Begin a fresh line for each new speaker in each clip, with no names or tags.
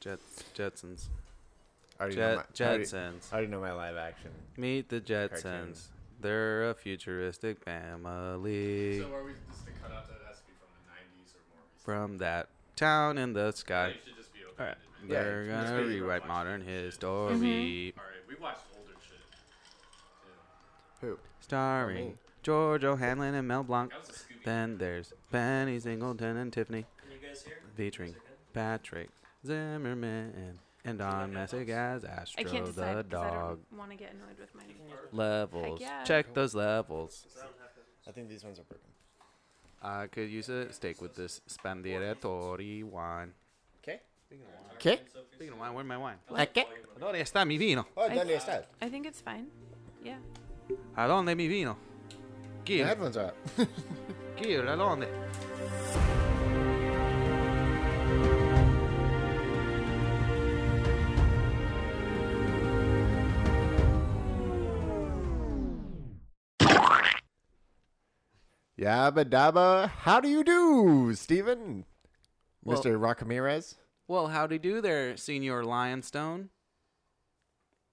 Jets, Jetsons.
I already, know my,
Jet,
I already-
Jetsons.
I already know my live action.
Meet the Jetsons.
Cartoons.
They're a futuristic family
So are we just to cut out that it has to be from the 90s or more recent?
from that town in the sky.
It should just be
All right,
open-ended, man.
Yeah,
they're
it's just
gonna
basically
rewrite
watching
modern
shit.
history.
All right, we watched older shit. too.
Who?
Starring
Oh.
George O'Hanlon and Mel Blanc.
That was a Scooby.
Then there's Penny Singleton and Tiffany
Can you guys hear?
featuring
Is it good?
Patrick Zimmerman and Don Messick as Astro
I can't
the
decide because I
dog.
don't want to get annoyed with my new music.
Levels.
yeah.
Check those levels.
Does that one have to-
I think these ones are broken.
I could use a steak with this spandieratori wine.
Okay.
¿Qué? Speaking of wine, where's my wine?
¿A qué?
¿Dónde está mi vino?
Oh,
I-
Daniel Stad.
I think it's fine. Yeah.
¿A dónde mi vino?
My
Gil,
headphones are up.
Gil, ¿a dónde?
Yabba dabba. How do you do, Steven?
Well-
Mr. Ramirez?
Well, howdy do there, Senior Lionstone.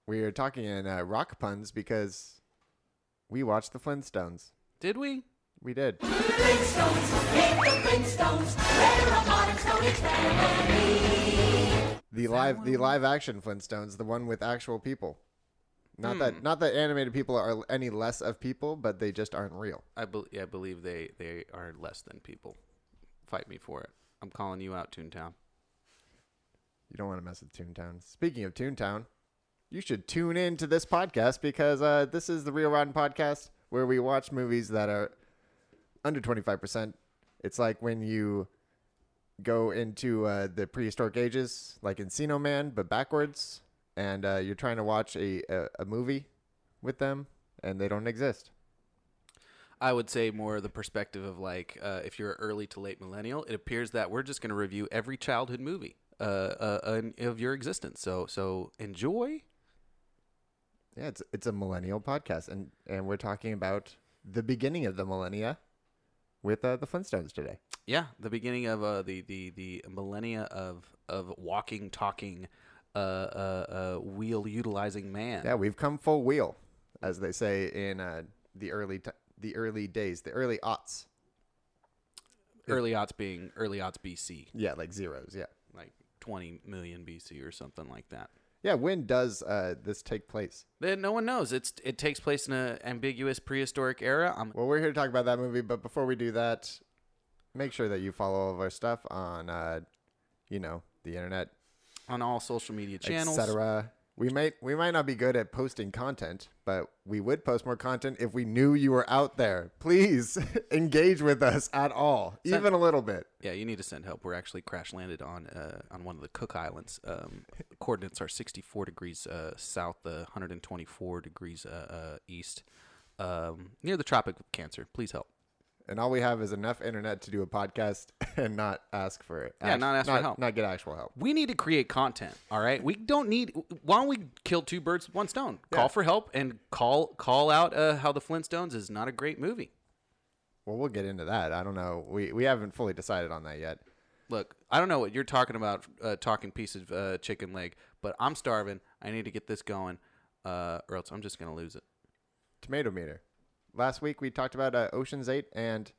We are talking in uh, rock puns because we watched the Flintstones.
Did we?
We did.
Flintstones, hit the Flintstones, they're a modern Stone Age family.
The live the live action Flintstones, the one with actual people. Not
Hmm.
that not that animated people are any less of people, but they just aren't real.
I, bel I believe they, they are less than people. Fight me for it. I'm calling you out, Toontown.
You don't want to mess with Toontown. Speaking of Toontown, you should tune in to this podcast because uh, this is the Real Rotten Podcast where we watch movies that are under 25%. It's like when you go into uh, the prehistoric ages, like Encino Man, but backwards, and uh, you're trying to watch a, a, a movie with them and they don't exist.
I would say more the perspective of like uh, if you're early to late millennial, it appears that we're just going to review every childhood movie uh, uh, an- of your existence. So so enjoy.
Yeah, it's it's a millennial podcast, and and we're talking about the beginning of the millennia with uh, the Flintstones today.
Yeah, the beginning of uh, the the the millennia of of walking, talking, uh, uh, uh, wheel utilizing man.
Yeah, we've come full wheel, as they say in uh, the early t- the early days, the early aughts.
early aughts being early aughts BC,
Yeah, like zeros. Yeah,
like 20 million BC or something like that.
yeah. When does uh, this take place?
Then no one knows. It's it takes place in an ambiguous prehistoric era. I'm
Well, we're here to talk about that movie, but before we do that, make sure that you follow all of our stuff on, uh, you know, the internet,
on all social media channels.
etc. We might we might not be good at posting content, but we would post more content if we knew you were out there. Please engage with us at all, even a little bit.
Yeah, you need to send help. We're actually crash landed on uh, on one of the Cook Islands. Um, coordinates are 64 degrees uh, south, uh, 124 degrees uh, uh, east, um, near the Tropic of Cancer. Please help.
And all we have is enough internet to do a podcast and not ask for it.
Yeah, not ask for help.
Not get actual help.
We need to create content. All right, we don't need. Why don't we kill two birds with one stone? Call for help and call call out uh, how the Flintstones is not a great movie.
Well, we'll get into that. I don't know. We we haven't fully decided on that yet.
Look, I don't know what you're talking about, uh, talking piece of uh, chicken leg, but I'm starving. I need to get this going, uh, or else I'm just gonna lose it.
Tomato meter. Last week we talked about uh, Ocean's Eight and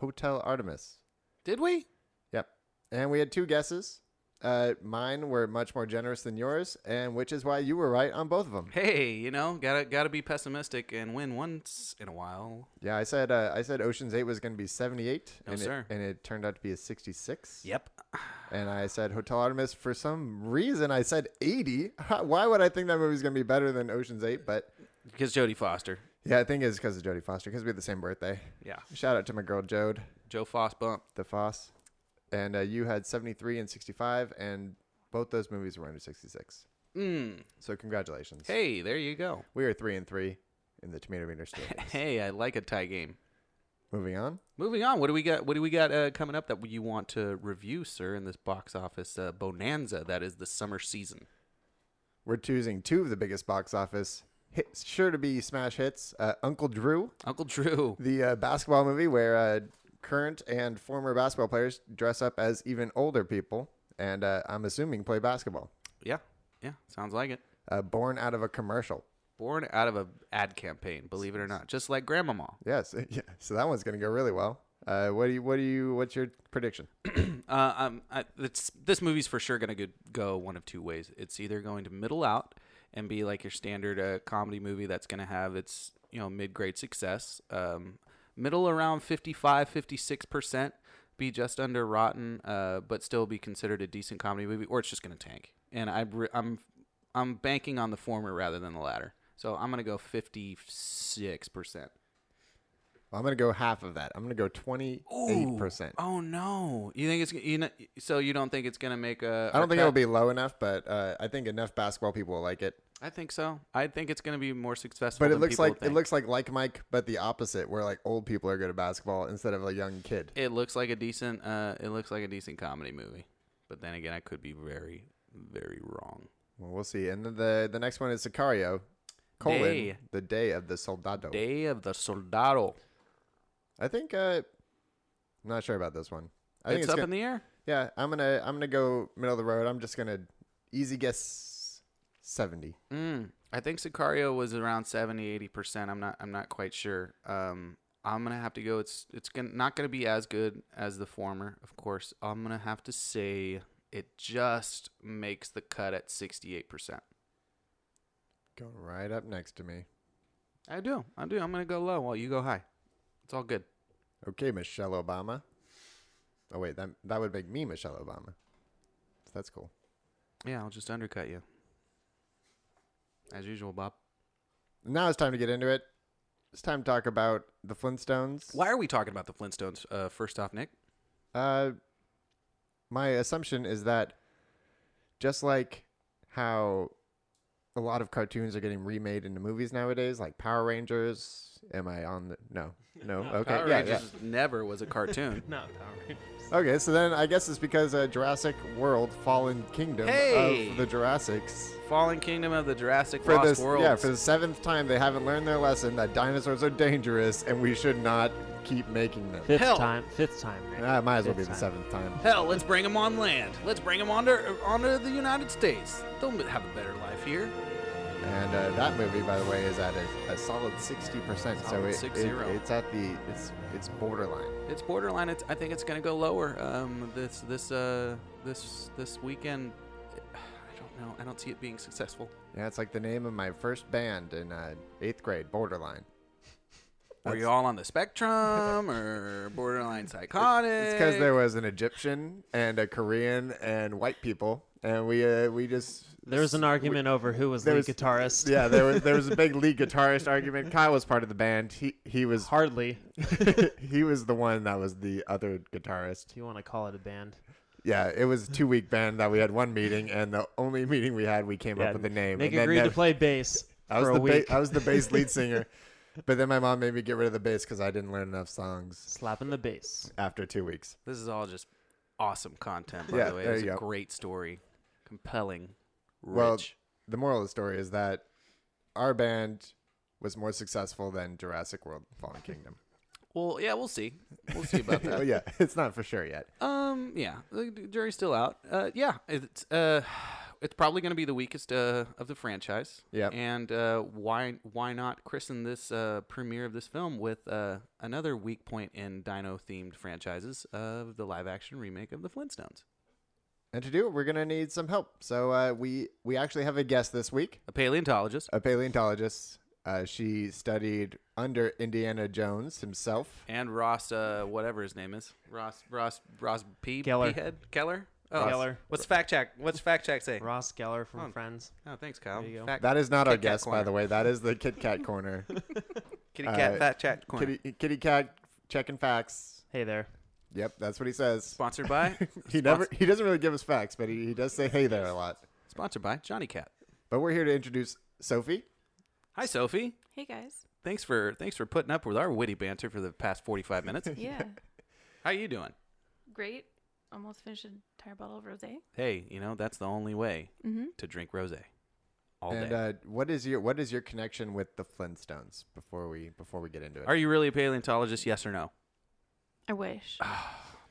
Hotel Artemis.
Did we?
Yep. And we had two guesses. Uh, mine were much more generous than yours, and which is why you were right on both of them.
hey, you know, gotta gotta be pessimistic and win once in a while.
Yeah, I said uh, I said Ocean's Eight was going to be seventy-eight,
No,
and,
sir.
It, and it turned out to be a sixty-six.
Yep.
And I said Hotel Artemis for some reason. I said 80. Why would I think that movie's going to be better than Ocean's 8? But
Because Jodie Foster.
yeah, I think it's because of Jodie Foster because we had the same birthday.
Yeah.
Shout out to my girl Jode,
Joe Foss bump.
the Foss. And uh, you had 73 and 65, and both those movies were under 66.
Mm.
So congratulations.
Hey, there you go.
We are 3 and 3 in the tomato meter standings.
Hey, I like a tie game.
Moving on.
Moving on, what do we got? What do we got uh, coming up that you want to review, sir? In this box office uh, bonanza that is the summer season.
We're choosing two of the biggest box office hits, sure to be smash hits uh, Uncle Drew
Uncle Drew.
the uh, basketball movie where uh, current and former basketball players dress up as even older people and uh, I'm assuming play basketball.
Yeah, yeah, sounds like it.
Uh, born out of a commercial.
Born out of a ad campaign, believe it or not, just like Grandmama.
Yes, yeah. So that one's gonna go really well. Uh, what do you? What do you? What's your prediction?
Uh, um, I, it's, this movie's for sure going to go one of two ways. It's either going to middle out and be like your standard uh, comedy movie that's going to have its you know mid grade success, um, middle around 55, 56 percent, be just under rotten, uh, but still be considered a decent comedy movie, or it's just going to tank. And I, re- I'm I'm banking on the former rather than the latter. So I'm going to go 56 percent.
Well, I'm gonna go half of that. I'm gonna go twenty eight percent.
Oh no! You think it's you know? So you don't think it's gonna make a?
I don't think
a
it'll
cut?
be low enough, but uh, I think enough basketball people will like it.
I think so. I think it's going to be more successful.
But it
than
looks
people
like
think.
it looks like like Mike, but the opposite, where like old people are good at basketball instead of a young kid.
It looks like a decent. Uh, it looks like a decent comedy movie. But then again, I could be very, very wrong.
Well, we'll see. And then the the next one is Sicario, colon
Day.
the day of the soldado.
Day of the Soldado.
I think uh, I'm not sure about this one. I think
it's, up
gonna,
in the air.
yeah. I'm gonna I'm gonna go middle of the road. I'm just gonna easy guess seventy.
Mm, I think Sicario was around 70, 80 percent. I'm not. I'm not quite sure. Um, I'm gonna have to go. It's it's gonna, not gonna be as good as the former, of course. I'm gonna have to say it just makes the cut at 68 percent.
Going right up next to me.
I do. I do. I'm gonna go low while you go high. It's all good.
Okay, Michelle Obama. Oh wait, that that would make me Michelle Obama. That's cool.
Yeah, I'll just undercut you. As usual, Bob.
Now it's time to get into it. It's time to talk about the Flintstones.
Why are we talking about the Flintstones? Uh, first off, Nick.
Uh, my assumption is that just like how a lot of cartoons are getting remade into movies nowadays, like Power Rangers. Am I on the no? No. Okay.
Power
yeah,
Rangers never was a cartoon.
Not Power Rangers.
yeah. Okay. So then I guess it's because uh, Jurassic World: Fallen Kingdom
Hey!
of the Jurassics.
Fallen Kingdom of the Jurassic
For
Lost
this,
Worlds.
yeah, for the seventh time, they haven't learned their lesson that dinosaurs are dangerous and we should not keep making them.
Fifth
Hell.
time. Fifth time. Right?
Ah, it might as well be
Fifth
the
time.
seventh time.
Hell, let's bring them on land. Let's bring them onto, onto the United States. They'll have a better life here.
And uh, that movie, by the way, is at a, a solid sixty percent. So
Solid
it, it,
60.
it's at the it's it's borderline.
It's borderline. It's, I think it's going to go lower. Um, this this uh this this weekend, I don't know. I don't see it being successful.
Yeah, it's like the name of my first band in uh, eighth grade, Borderline.
Were
That's-
you all on the spectrum or borderline psychotic?
It's because there was an Egyptian and a Korean and white people, and we uh, we just
There was an argument over who was the
there was-
guitarist.
yeah there was there was a big lead guitarist argument. Kyle was part of the band. He he was
Hardly,
he was the one that was the other guitarist.
if you want to call it a band.
Yeah, it was a two week ban that we had one meeting, and the only meeting we had, we came
Yeah,
up with a name.
Nick
and then
agreed to
never-
play bass
I was
for a
the
week.
Ba- I was the bass lead singer, but then my mom made me get rid of the bass because I didn't learn enough songs
Slapping the bass.
after two weeks.
This is all just awesome content, by
Yeah,
the way.
there
It's a
you go.
great story, compelling, rich.
Well, the moral of the story is that our band was more successful than Jurassic World: Fallen Kingdom.
Well, yeah, we'll see. We'll see about
Oh
that.
yeah, it's not for sure yet.
Um, yeah, the d- jury's still out. Uh, yeah, it's uh, it's probably going to be the weakest uh, of the franchise.
Yep.
And uh, why why not christen this uh, premiere of this film with uh, another weak point in dino themed franchises of the live action remake of the Flintstones?
And to do it, we're gonna need some help. So uh, we we actually have a guest this week,
A paleontologist.
a paleontologist. Uh, she studied under Indiana Jones himself.
and Ross, uh, whatever his name is, Ross, Ross, Ross P.
Geller.
P-head? Keller. Oh,
Geller.
What's fact check? What's fact check say?
Ross Geller from
Oh.
Friends.
Oh, thanks, Kyle.
There you go.
Fact,
That is not our
Kit Kat
guest, by
corner.
the way. That is the Kit Kat corner.
kitty cat
uh,
fact check corner.
Kitty, kitty Cat checking facts.
Hey there.
Yep, that's what he says.
Sponsored by.
He never he doesn't really give us facts, but he, he does say hey there a lot.
Sponsored by Johnny Cat.
But we're here to introduce Sophie.
Hi, Sophie.
Hey guys.
Thanks for thanks for putting up with our witty banter for the past forty five minutes.
Yeah.
How you doing?
Great. Almost finished an entire bottle of rosé.
Hey, you know that's the only way
Mm-hmm.
to drink rosé all
and
day.
uh, what is your what is your connection with the Flintstones before we before we get into it?
Are you really a paleontologist? Yes or no?
I wish.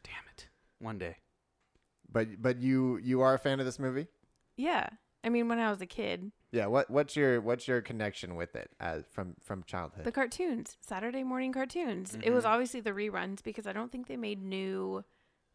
Damn it. One day.
But but you you are a fan of this movie?
Yeah. I mean, when I was a kid,
Yeah. What what's your what's your connection with it as from from childhood?
the cartoons, Saturday morning cartoons. It was obviously the reruns because I don't think they made new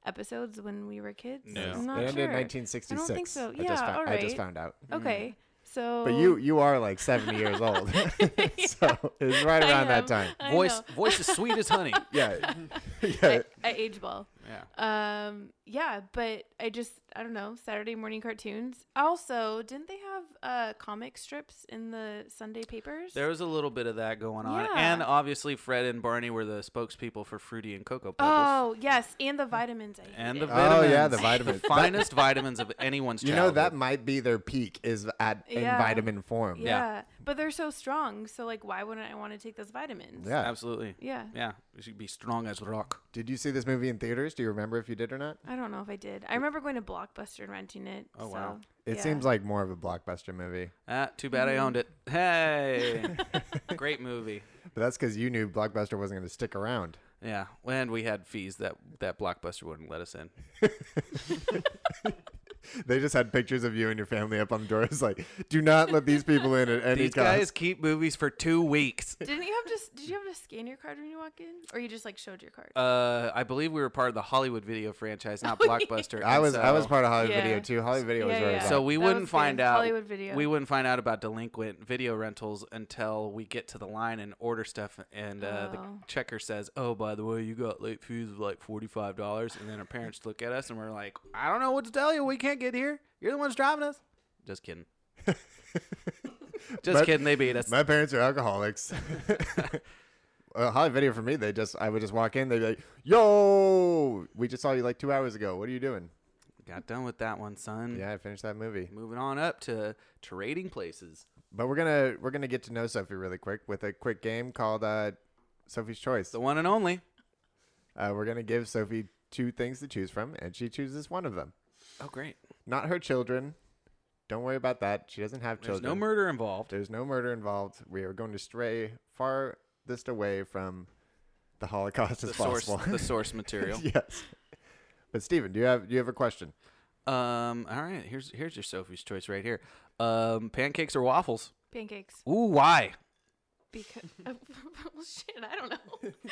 episodes when we were kids.
No.
I'm not
it ended
sure.
in 1966.
I don't think so.
I
Yeah, Oh.
just found,
all
I just
right.
found out.
Okay. So.
But you you are like 70 years old, so it's right
I
around
am.
that time.
I
voice
know.
voice is sweet as honey.
Yeah, yeah.
I, I age well.
Yeah.
Um, yeah, but I just I don't know Saturday morning cartoons. Also, didn't they have uh comic strips in the Sunday papers?
There was a little bit of that going on,
Yeah.
and obviously Fred and Barney were the spokespeople for Fruity and Cocoa Pebbles.
oh yes, and the vitamins. I
And the
hated.
Oh,
vitamins.
yeah, the vitamins.
the finest vitamins of anyone's
You know
childhood.
that might be their peak is at
Yeah.
in vitamin form.
yeah. but they're so strong. So like, why wouldn't I want to take those vitamins?
Yeah.
absolutely.
yeah.
Yeah, you should be strong as rock.
Did you see this movie in theaters? Do you remember if you did or not?
I don't know if I did. I remember going to Blockbuster and renting it.
Oh,
so,
wow.
It
yeah.
seems like more of a blockbuster movie,
Ah, too bad I owned it. Hey, great movie.
but that's because you knew blockbuster wasn't going to stick around.
Yeah, and we had fees that that Blockbuster wouldn't let us in.
They just had pictures of you and your family up on the doors, like, do not let these people in at any
These
cost.
guys keep movies for two weeks.
Didn't you have to? s- Did you have to scan your card when you walk in, or you just like showed your card?
Uh, I believe we were part of the Hollywood Video franchise, not
Oh,
Blockbuster.
I
and
was I was
so-
part of Hollywood
Yeah.
Video too. Hollywood Video was
Yeah,
where
yeah.
it was
So
at.
we
That
wouldn't
was
find
good.
out
Hollywood Video.
We wouldn't find out about delinquent video rentals until we get to the line and order stuff, and uh,
Oh.
the checker says, "Oh, by the way, you got late fees of like forty-five dollars." And then our parents look at us and we're like, "I don't know what to tell you. We can't get here. You're the ones driving us." Just kidding. Just
My-
kidding. They beat us.
My parents are alcoholics. uh, Hollywood Video for me, they just I would just walk in, they'd be like, "Yo, we just saw you like two hours ago. What are you doing?"
Got done with that one, son.
Yeah, I finished that movie.
Moving on up to trading places.
But we're gonna we're gonna get to know Sophie really quick with a quick game called uh, Sophie's Choice.
The one and only.
Uh, we're gonna give Sophie two things to choose from, and she chooses one of them.
Oh, great.
Not her children. Don't worry about that. She doesn't have
There's
children.
no murder involved.
There's no murder involved. We are going to stray farthest away from the Holocaust
The
as
source,
possible.
the source material.
yes. But Steven, do you have do you have a question?
Um. All right. Here's here's your Sophie's choice right here. Um. Pancakes or waffles?
Pancakes.
Ooh. Why?
Because oh, well, shit, I don't know.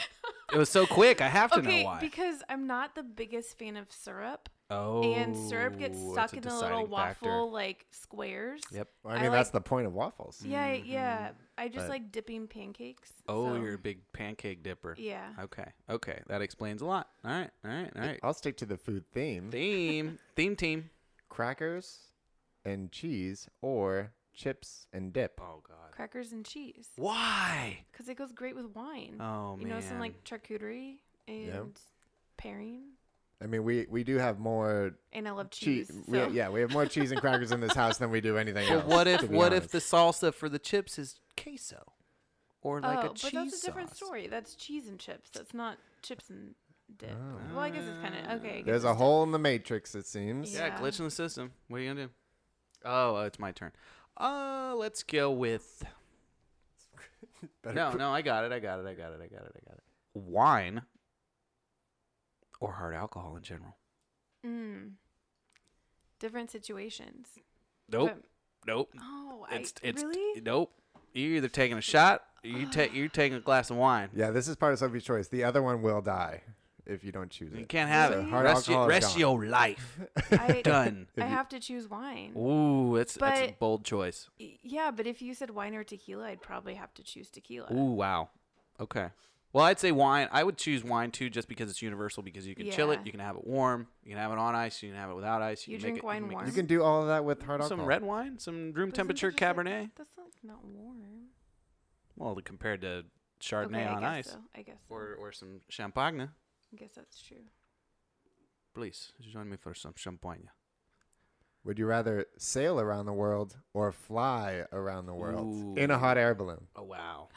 It was so quick. I have to
okay,
know why.
because I'm not the biggest fan of syrup,
oh.
and syrup gets
that's
stuck
a
in the little
deciding factor.
waffle like squares.
Yep.
Well, I
I
mean,
like-
that's the point of waffles.
Yeah, yeah. I just
But-
like dipping pancakes.
Oh,
so-
you're a big pancake dipper.
Yeah.
Okay. Okay. That explains a lot. All right. All right. All right.
I'll stick to the food theme:
Theme. Theme team.
crackers and cheese, or chips and dip.
Oh God.
crackers and cheese
Why?
because it goes great with wine.
Oh
you
man.
know, some like charcuterie and pairing.
I mean, we we do have more
And I love
cheese.
cheese.
we-
so-
yeah, we have more cheese and crackers in this house than we do anything
But
else.
what
to
if
be
what if
honest.
the salsa for the chips is queso, or like
oh,
a cheese
but that's a different
sauce?
story. That's cheese and chips. That's not chips and dip. Well, I guess it's kind of
Oh.
okay. I guess
there's a
it's-
hole in the matrix? It seems.
Yeah,
Yeah.
glitch in the system. What are you gonna do? Oh, uh, it's my turn. Uh, let's go with.
Better
No,
qu-
no, I got it. I got it. I got it. I got it. I got it. Wine or hard alcohol in general.
Mm. Different situations.
Nope.
But-
nope.
Oh,
It's
I
it's
really.
nope. You're either taking a shot. Or you take you're taking a glass of wine.
Yeah, this is part of Sophie's choice. The other one will die if you don't choose it.
You can't have
So
it.
hard
Rest, your,
alcohol is
rest
gone.
your life.
I,
Done.
I have to choose wine.
Ooh, that's that's a
But-
bold choice.
Y- Yeah, but if you said wine or tequila, I'd probably have to choose tequila.
Ooh, wow. Okay. Well, I'd say wine. I would choose wine too, just because it's universal. Because you can chill it,
Yeah.
you can have it warm, you can have it on ice, you can have it without ice.
You
can
drink
make it,
wine
can make
warm?
You can do all of that with hard
Some
alcohol.
red wine, some room
But isn't
temperature
that just, like-
Cabernet.
that's like not warm.
Well, compared to Chardonnay
okay, I
on
guess
ice,
So. I guess. So.
or or some Champagne.
I guess that's true.
Please join me for some champagne.
Would you rather sail around the world or fly around the world
Ooh.
in a hot air balloon?
Oh wow.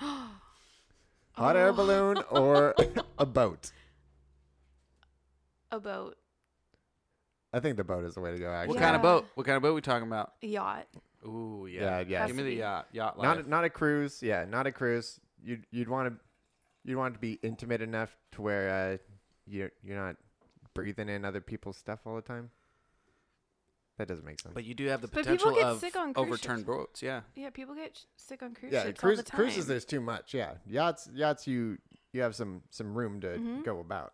Hot
Oh.
air balloon or a boat?
A boat,
I think the boat is the way to go. Actually,
What kind of
Yeah.
boat? What kind of boat we talking about?
a yacht.
Ooh yeah.
Yeah, yeah.
Give me the
Has to be.
yacht. Yacht life.
not not a cruise. Yeah, not a cruise. You'd you'd want to you'd want it to be intimate enough to where uh, you're you're not breathing in other people's stuff all the time. That doesn't make sense.
But you do have the
But
potential
people get
of
sick on cruise
overturned
ships.
boats. Yeah.
Yeah, people get sh- sick on cruise
yeah,
ships
cruise,
all the time.
cruises there's too much. Yeah, yachts yachts you you have some some room to
Mm-hmm.
go about,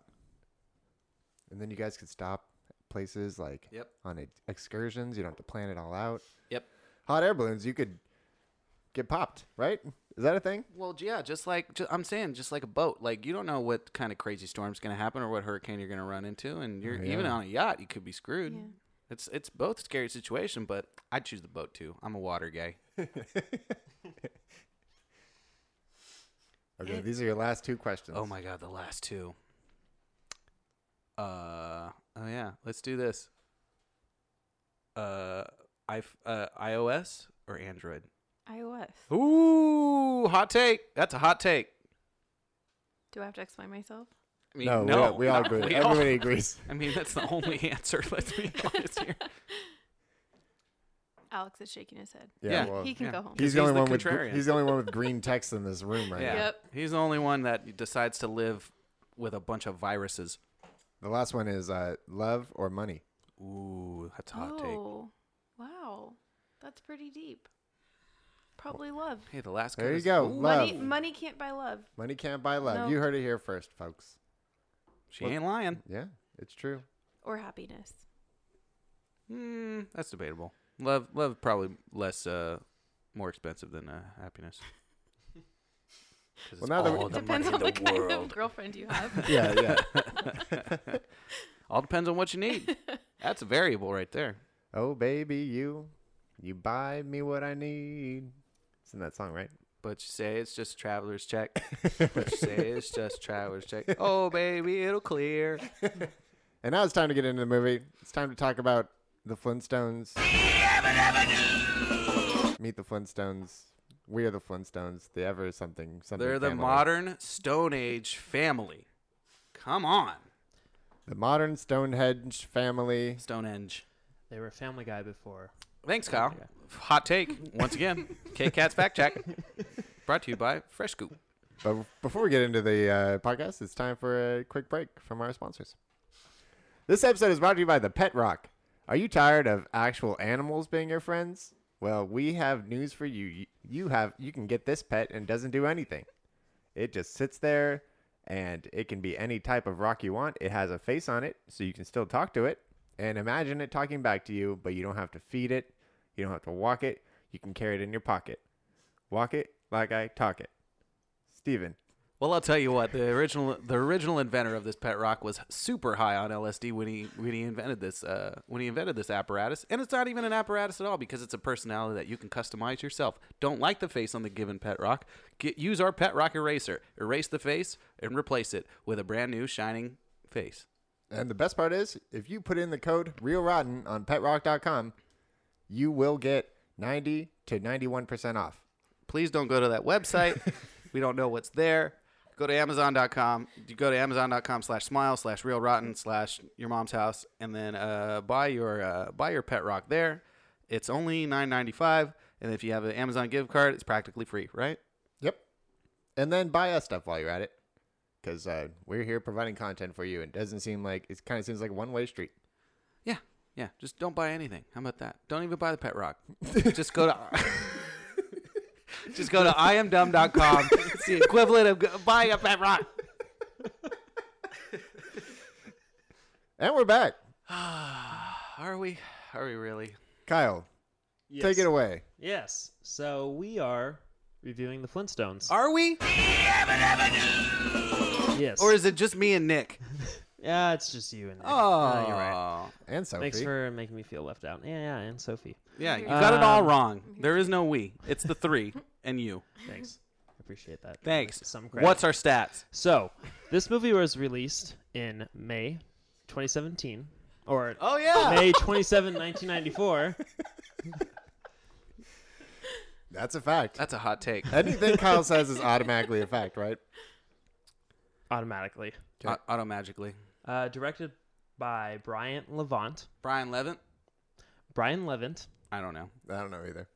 and then you guys could stop places like
Yep.
on ex- excursions. You don't have to plan it all out.
Yep.
Hot air balloons, you could get popped. Right? Is that a thing?
Well, yeah, just like ju- I'm saying, just like a boat. Like you don't know what kind of crazy storm's going to happen or what hurricane you're going to run into, and you're even
Oh, yeah.
on a yacht, you could be screwed.
Yeah.
It's it's both a scary situation, but I would choose the boat too. I'm a water guy.
Okay, these are your last two questions.
Oh my god, the last two. Uh oh yeah, let's do this. Uh, I uh iOS or Android?
iOS.
Ooh, hot take. That's a hot take.
Do I have to explain myself?
I mean,
No,
no,
we all- we, all, agree.
We all-
Everybody agrees.
I mean, that's the only answer. Let's be honest here.
Alex is shaking his head.
Yeah,
Yeah.
well,
he can
yeah.
go home.
he's
he's the only
the
one with gr-
contrarian.
he's the only one with green text in this room right
Yeah.
now.
Yep.
He's the only one that decides to live with a bunch of viruses.
The last one is uh, love or money.
Ooh, that's a hot take.
Oh, wow, that's pretty deep. Probably love.
Hey, the last.
There
cut
you
is-
go.
Ooh,
Love.
Money, money can't buy love.
Money can't buy love.
No.
You heard it here first, folks.
She ain't lying.
Yeah, it's true.
or happiness.
Mm, that's debatable. Love, love, probably less, uh, more expensive than uh, happiness. 'Cause it's
Well, now that we-
all
It
Oh, the
Depends
money
on
in
the, kind
world.
of girlfriend you have.
Yeah, yeah.
All depends on what you need. That's a variable right there.
oh baby, you, you buy me what I need. It's in that song, right?
But you say it's just a traveler's check. but you say it's just a traveler's check. Oh baby, it'll clear.
And now it's time to get into the movie. It's time to talk about the Flintstones. Meet the Flintstones. We are the Flintstones. The ever something something.
They're the
family.
modern Stone Age family. Come on,
the modern Stonehenge family.
Stonehenge.
They were Family Guy before.
Thanks, Kyle. Hot take once again. Kit Kat's fact check. Brought to you by Fresh Scoop.
But before we get into the uh, podcast, it's time for a quick break from our sponsors. This episode is brought to you by The Pet Rock. Are you tired of actual animals being your friends? Well, we have news for you. You- You have you can get this pet and it doesn't do anything. It just sits there and it can be any type of rock you want. It has a face on it, so you can still talk to it and imagine it talking back to you, but you don't have to feed it. You don't have to walk it. You can carry it in your pocket. Walk it like I talk it. Steven,
Well, I'll tell you what the original the original inventor of this pet rock was super high on LSD when he when he invented this uh, when he invented this apparatus, and it's not even an apparatus at all because it's a personality that you can customize yourself. Don't like the face on the given pet rock? Get use our pet rock eraser, erase the face, and replace it with a brand new shining face.
And the best part is, if you put in the code Real Rotten on PetRock.com, you will get 90 to 91% off.
please don't go to that website. we don't know what's there. Go to Amazon.com. You go to Amazon.com slash smile slash real rotten slash your mom's house and then uh, buy your uh, buy your pet rock there. It's only nine ninety five, and if you have an Amazon gift card, it's practically free, right?
Yep. And then buy us stuff while you're at it, because uh, we're here providing content for you. And it doesn't seem like it kind of seems like a one way street.
Yeah, yeah. Just don't buy anything. How about that? Don't even buy the pet rock. just go to. just go to iamdumb.com. It's the equivalent of go- buying a pet rock.
And we're back.
Are we? Are we really?
Kyle,
Yes.
take it away.
Yes. So we are reviewing the Flintstones.
Are we?
yes.
Or is it just me and Nick?
yeah, it's just you and Nick. Uh, you're right.
And Sophie.
Thanks for making me feel left out. Yeah, yeah, and Sophie.
Yeah, you got it all
Um,
wrong. There is no we. It's the three and you.
Thanks. I appreciate that.
Thanks.
Some credit.
What's our stats?
So, this movie was released in May 2017 or
Oh yeah.
May 27, 1994.
That's a fact.
That's a hot take.
Anything Kyle says is automatically a fact, right?
automatically.
Au- automagically.
Uh, directed by Bryant Levant.
Brian Levant?
Brian Levant.
I don't know.
I don't know either.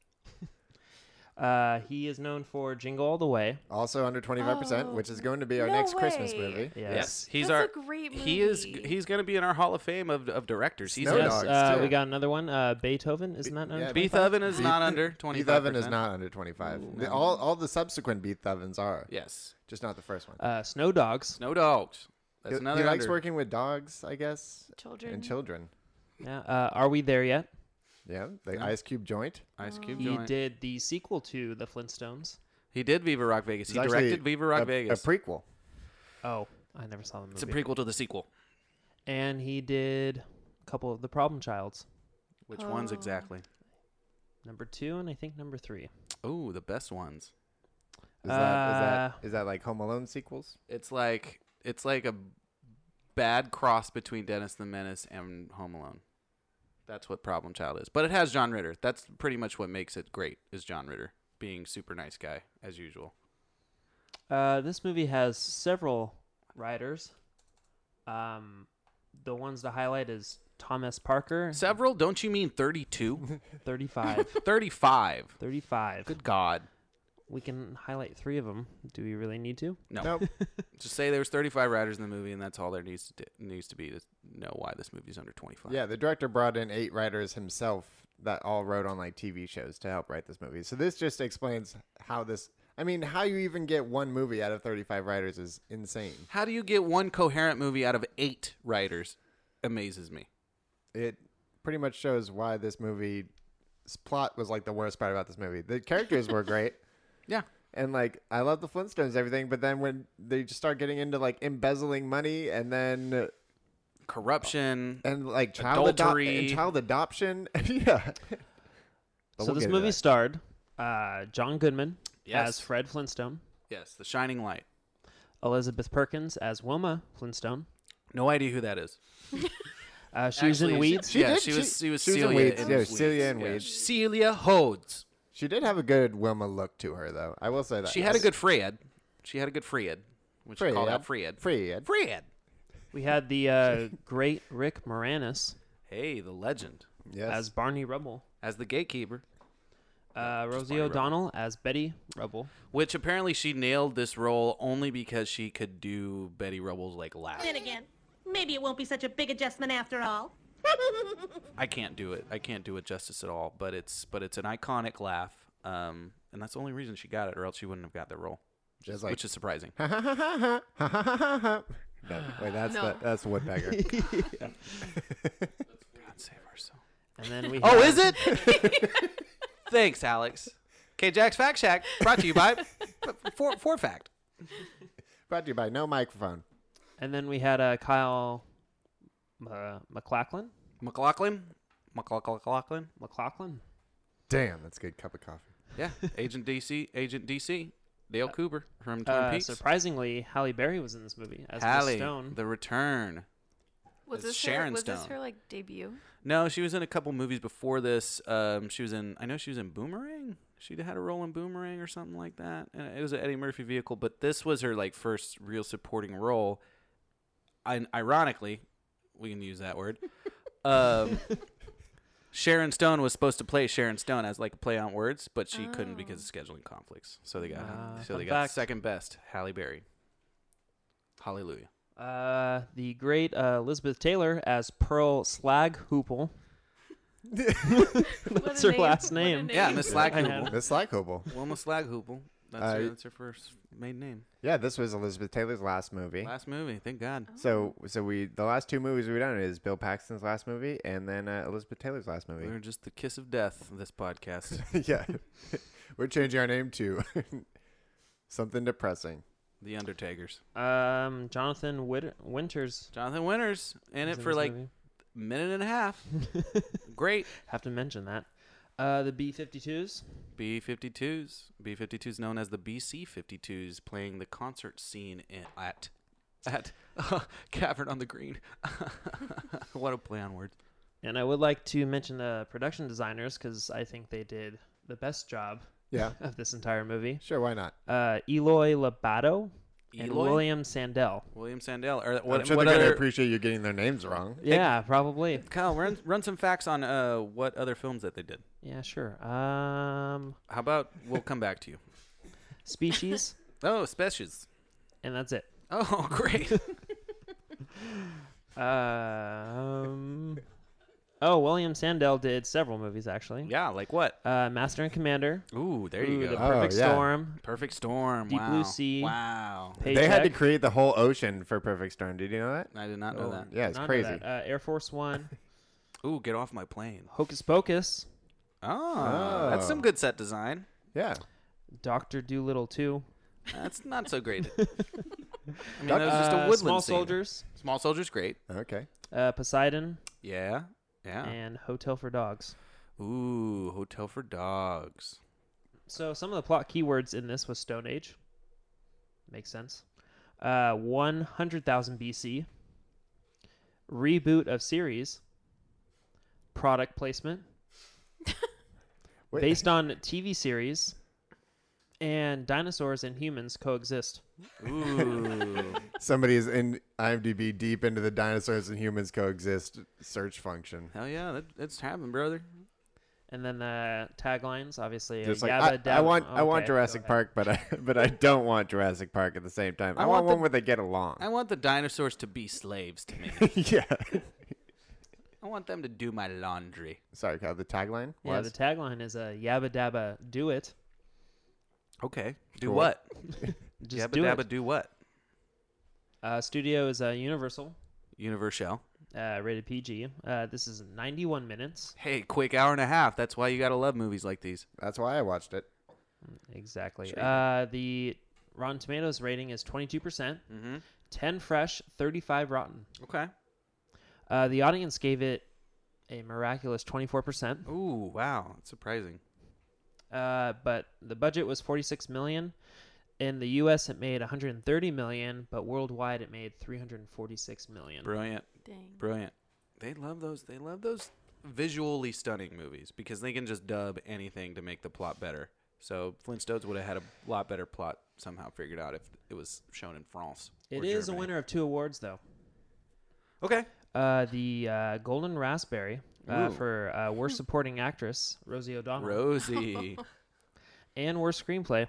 Uh, he is known for Jingle All the Way.
Also under 25%, which is going to be our
no
next Christmas
way.
movie.
Yes.
he's
That's
our
a great
he is
movie.
he's going to be in our Hall of Fame of, of directors. He's
Snow
in-
Yes,
Dogs,
uh,
too.
we got another one. Uh, Beethoven isn't that
yeah,
known?
Beef oven is not under twenty
Beef
five.
Oven is not under 25. The- all, all the subsequent Beef Ovens are,
Yes,
just not the first one.
Uh, Snow Dogs.
no dogs. That's
he,
another.
he likes
under.
working with dogs, I guess,
Children.
and children.
Yeah. Uh, Are we there yet?
Yeah, the Ice Cube joint.
Ice Cube.
He
joint.
did the sequel to The Flintstones.
He did Viva Rock Vegas.
It's
He
actually
directed Viva Rock
a-
Vegas.
A prequel.
Oh, I never saw the movie.
it's a prequel to the sequel.
and he did a couple of The Problem Childs,
Which ones
Oh.
exactly?
number two, and I think number three.
Oh, the best ones.
Is, that, is, that,
Uh,
is that like Home Alone sequels?
It's like it's like a bad cross between Dennis the Menace and Home Alone. That's what Problem Child is. But it has John Ritter. That's pretty much what makes it great is John Ritter being super nice guy as usual.
Uh, this movie has several writers. Um, the ones to highlight is Thomas Parker,
Several, don't you mean 32?
35.
35.
35.
Good god.
We can highlight three of them. Do we really need to?
No.
Nope.
Just say there was 35 writers in the movie and that's all there needs to di- needs to be to know why this movie's under 25.
yeah, the director brought in eight writers himself that all wrote on like TV shows to help write this movie. So this just explains how this. I mean, how you even get one movie out of 35 writers is insane.
How do you get one coherent movie out of 8 writers? Amazes me.
it pretty much shows why this movie's plot was like the worst part about this movie. The characters were great,
Yeah.
and like I love the Flintstones, and everything. But then when they just start getting into like embezzling money, and then
Corruption.
and like child adoption,
Adultery.
and child adoption, yeah. But
so
we'll
this
get to
movie
that.
starred uh, John Goodman as
Yes.
Fred Flintstone,
Yes, The Shining Light.
Elizabeth Perkins as Wilma Flintstone.
No idea who that is.
Uh, she was in
Actually,
Weeds.
She
yeah,
did-
she was. She was
she was in
Celia.
Weeds.
in
Yeah, Celia in
Yeah,
Weeds.
Celia Hodes.
she did have a good Wilma look to her, though. I will say that
She had a good Fred. She had a good Fred. Which you call that Fred.
Fred.
Fred.
We had the uh, great Rick Moranis
Hey, the legend
Yes.
as Barney Rubble,
as the gatekeeper.
uh, Rosie
Barney Rubble.
O'Donnell as Betty Rubble.
Which apparently she nailed this role only because she could do Betty Rubble's like laugh.
Then again, maybe it won't be such a big adjustment after all.
I can't do it. I can't do it justice at all. But it's but it's an iconic laugh. Um, and that's the only reason she got it, or else she wouldn't have got the role,
Just like-
which is surprising.
no, wait, that's
No.
the, that's the Woodpecker.
God save her soul.
And then we
Oh,
had-
is it? Thanks, Alex. K Jack's Fact Shack brought to you by for, for Fact.
Brought to you by No Microphone.
And then we had uh, Kyle uh, McLachlan.
McLaughlin. McLaughlin.
McLachlan.
Damn, that's a good cup of coffee.
Yeah. Agent DC. Agent DC. Dale Cooper from Twin
Uh,
Peaks.
surprisingly, Halle Berry was in this movie as Miss
Hallie,
Stone.
The Return.
Was
It's
this
Sharon
her, was this
Stone.
her like debut?
No, she was in a couple movies before this. Um, she was in. I know she was in Boomerang. She had a role in Boomerang or something like that, and it was an Eddie Murphy vehicle. But this was her like first real supporting role. And ironically, we can use that word. Um, Sharon Stone was supposed to play Sharon Stone as like a play on words, but she couldn't because
Oh.
of scheduling conflicts. So they got
Ah,
so they
fun
got
fact.
second best Halle Berry. Hallelujah.
Uh, the great uh, Elizabeth Taylor as Pearl Slag Hoople.
What
That's
a
her
What
last
a
name.
Yeah, Miss Slag
I had-
Hoople.
Miss Lycoble.
Wilma Slag Hoople. That's,
I-
her, that's her first maiden name.
Yeah, this was Elizabeth Taylor's last movie.
Last movie, thank God.
Oh.
so, so we the last two movies we've done is Bill Paxton's last movie and then uh, Elizabeth Taylor's last
We
movie.
are just the kiss of death. This podcast,
yeah, we're changing our name to something depressing.
The Undertakers.
Um, Jonathan Wit- Winters.
Jonathan Winters in
was
it
in
for
this
like
movie.
a minute and a half. Great.
Have to mention that. Uh, the B-52s.
B52s. B52s known as the BC52s, playing the concert scene in, at at Cavern on the Green. what a play on words.
And I would like to mention the production designers because I think they did the best job
Yeah,
of this entire movie.
sure, why not?
Uh, Eloy Labato and
Eloy?
William Sandell.
William Sandell. Or
What,
what,
I'm sure
what
they're going to
other?
appreciate you getting their names wrong.
Yeah, probably.
Kyle, run run some facts on uh, what other films that they did.
Yeah, sure. Um,
How about we'll come back to you.
species,
Oh, specials.
and that's it.
Oh, great.
Um, oh, William Sandell did several movies actually.
yeah, like what?
Uh, Master and Commander.
Ooh, there you
Ooh, The
go.
Oh,
Perfect
yeah.
Storm.
Perfect storm.
Deep
wow.
Blue Sea.
Wow.
Paycheck.
They had to create the whole ocean for Perfect Storm. Did you know that?
I did not
Oh,
know that.
Yeah, it's
Not know
crazy.
that. Uh, Air Force One.
Ooh, get off my plane.
Hocus Pocus.
Oh, that's some
Oh.
good set design.
Yeah.
Doctor Doolittle Two.
That's not so great. I mean, that
Doc-
was just a
Uh,
woodland
Small
scene.
Soldiers.
Small soldiers, great.
Okay.
Uh, Poseidon
Yeah, yeah.
and Hotel for Dogs.
Ooh, hotel for dogs.
So some of the plot keywords in this was Stone Age. Makes sense. Uh, 100,000 BC. Reboot of series. Product placement
Wait,
based on TV series. And dinosaurs and humans coexist.
Ooh,
Somebody's in IMDb deep into the dinosaurs and humans coexist search function.
hell yeah, that, that's happening, brother.
And then the taglines, obviously. uh,
Just like
yabba
I, I
dabba-
want, I
okay,
want
go
Jurassic
ahead.
Park, but I, but I don't want Jurassic Park at the same time. I,
I
want,
want the-
one where they get along.
I want the dinosaurs to be slaves to me.
yeah.
I want them to do my laundry.
Sorry, Kyle. The tagline
Yeah,
was
the tagline is uh, yabba dabba, do it.
Okay. Do
Cool.
what?
Just
Yabba
do
dabba
it.
do what?
Uh, studio is uh, Universal.
Universal.
uh, rated PG. Uh, this is 91 minutes.
Hey, quick hour and a half. That's why you gotta love movies like these.
that's why I watched it.
Exactly. Uh, the Rotten Tomatoes rating is 22%, percent
Mm-hmm.
10 fresh, 35 rotten.
Okay.
Uh, the audience gave it a miraculous 24%,
Ooh, wow, that's surprising.
uh, but the budget was 46 million. In the U.S., it made 130 million, but worldwide, it made 346 million.
Brilliant,
Dang.
brilliant. They love those. They love those visually stunning movies because they can just dub anything to make the plot better. So Flintstones would have had a lot better plot somehow figured out if it was shown in France.
It
or
is a
Germany.
winner of two awards, though.
Okay.
Uh, the uh, Golden Raspberry uh,
Ooh.
for uh, Worst Supporting Actress, Rosie O'Donnell.
Rosie,
and worst screenplay.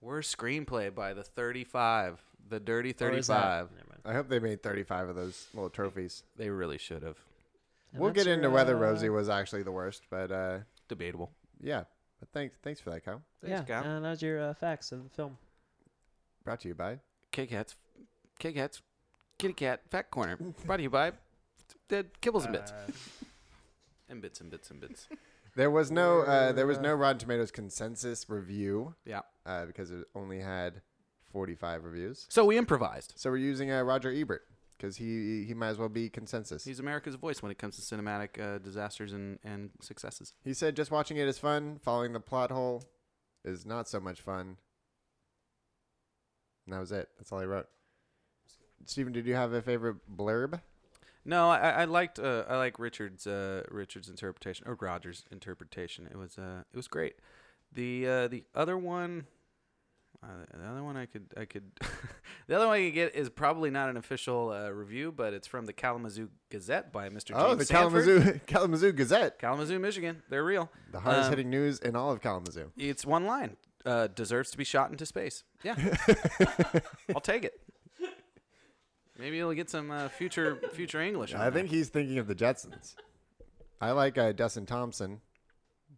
worst screenplay by the thirty-five, the dirty
Or is that-
thirty-five.
Never mind.
I hope they made 35 of those little trophies.
They really should have.
And
we'll
that's
get into
your,
whether
uh,
Rosie was actually the worst, but uh,
Debatable.
yeah. But thanks, thanks for that, Kyle.
Thanks,
yeah,
Cal.
and that's your uh, facts of the film.
Brought to you by
Kit Kats, Kit Kats, Kitty Cat, Fat Corner. Brought to you by Dead Kibbles and Bits.
Uh,
And bits and bits and bits.
There was no uh, there was no Rotten Tomatoes consensus review
Yeah.
uh, because it only had 45 reviews.
So we improvised.
So we're using uh, Roger Ebert because he he might as well be consensus.
He's America's voice when it comes to cinematic uh, disasters and, and successes.
he said just watching it is fun. Following the plot hole is not so much fun. And that was it. That's all he wrote. Stephen, did you have a favorite blurb?
No, I, I liked uh, I like Richard's uh, Richard's interpretation or Roger's interpretation. It was uh, it was great. The uh, the other one, uh, the other one I could I could the other one I could get is probably not an official uh, review, but it's from the Kalamazoo Gazette by Mr.
Oh,
James
the
Sanford.
Kalamazoo Kalamazoo Gazette,
Kalamazoo, Michigan. They're real.
the hardest
Um,
hitting news in all of Kalamazoo.
It's one line. Uh, deserves to be shot into space. Yeah, I'll take it. Maybe you'll get some uh, future future English. on
I think
there.
he's thinking of the Jetsons. I like uh, Dustin Thompson,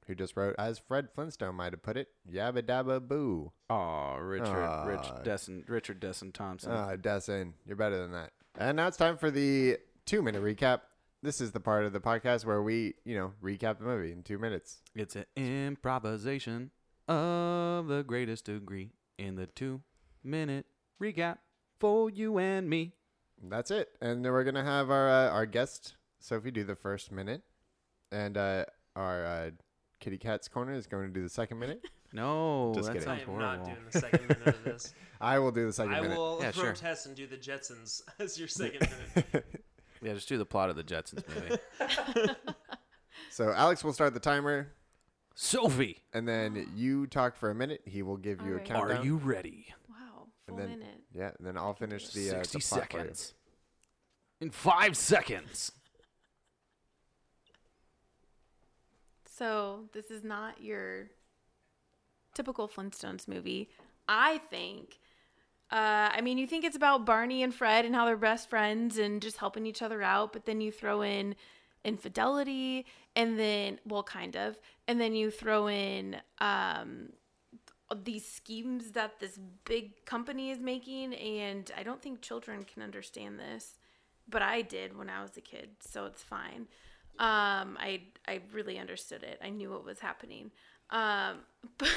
who just wrote, as Fred Flintstone might have put it, "Yabba dabba boo."
Aw, Richard, Rich
Aw.
Dessen, Richard Dessen Thompson.
Ah, Dustin, you're better than that. And now it's time for the two-minute recap. This is the part of the podcast where we, you know, recap the movie in two minutes.
it's an improvisation of the greatest degree in the two minute recap for you and me.
That's it. And then we're gonna have our uh, our guest Sophie do the first minute, and uh, our uh, kitty cat's corner is going to do the second minute.
No,
Just
that
kidding.
I
sounds
am
horrible.
not doing the second minute of this.
I will do the second
I
minute.
will
Yeah, sure.
protest and do the Jetsons as your second minute.
Yeah, just do the plot of the Jetsons movie.
So Alex will start the timer.
Sophie,
And then you talk for a minute. He will give you a
Alright.
countdown.
are you ready?
Wow. full
then-
minute.
Yeah, and then I'll finish the uh,
Sixty
the plot for you.
seconds. In five seconds.
So this is not your typical Flintstones movie. I think. Uh, I mean, you think it's about Barney and Fred and how they're best friends and just helping each other out, but then you throw in infidelity and then, well, kind of, and then you throw in um, these schemes that this big company is making. And I don't think children can understand this, but I did when I was a kid, so it's fine. Um, I I really understood it. I knew what was happening. Um, but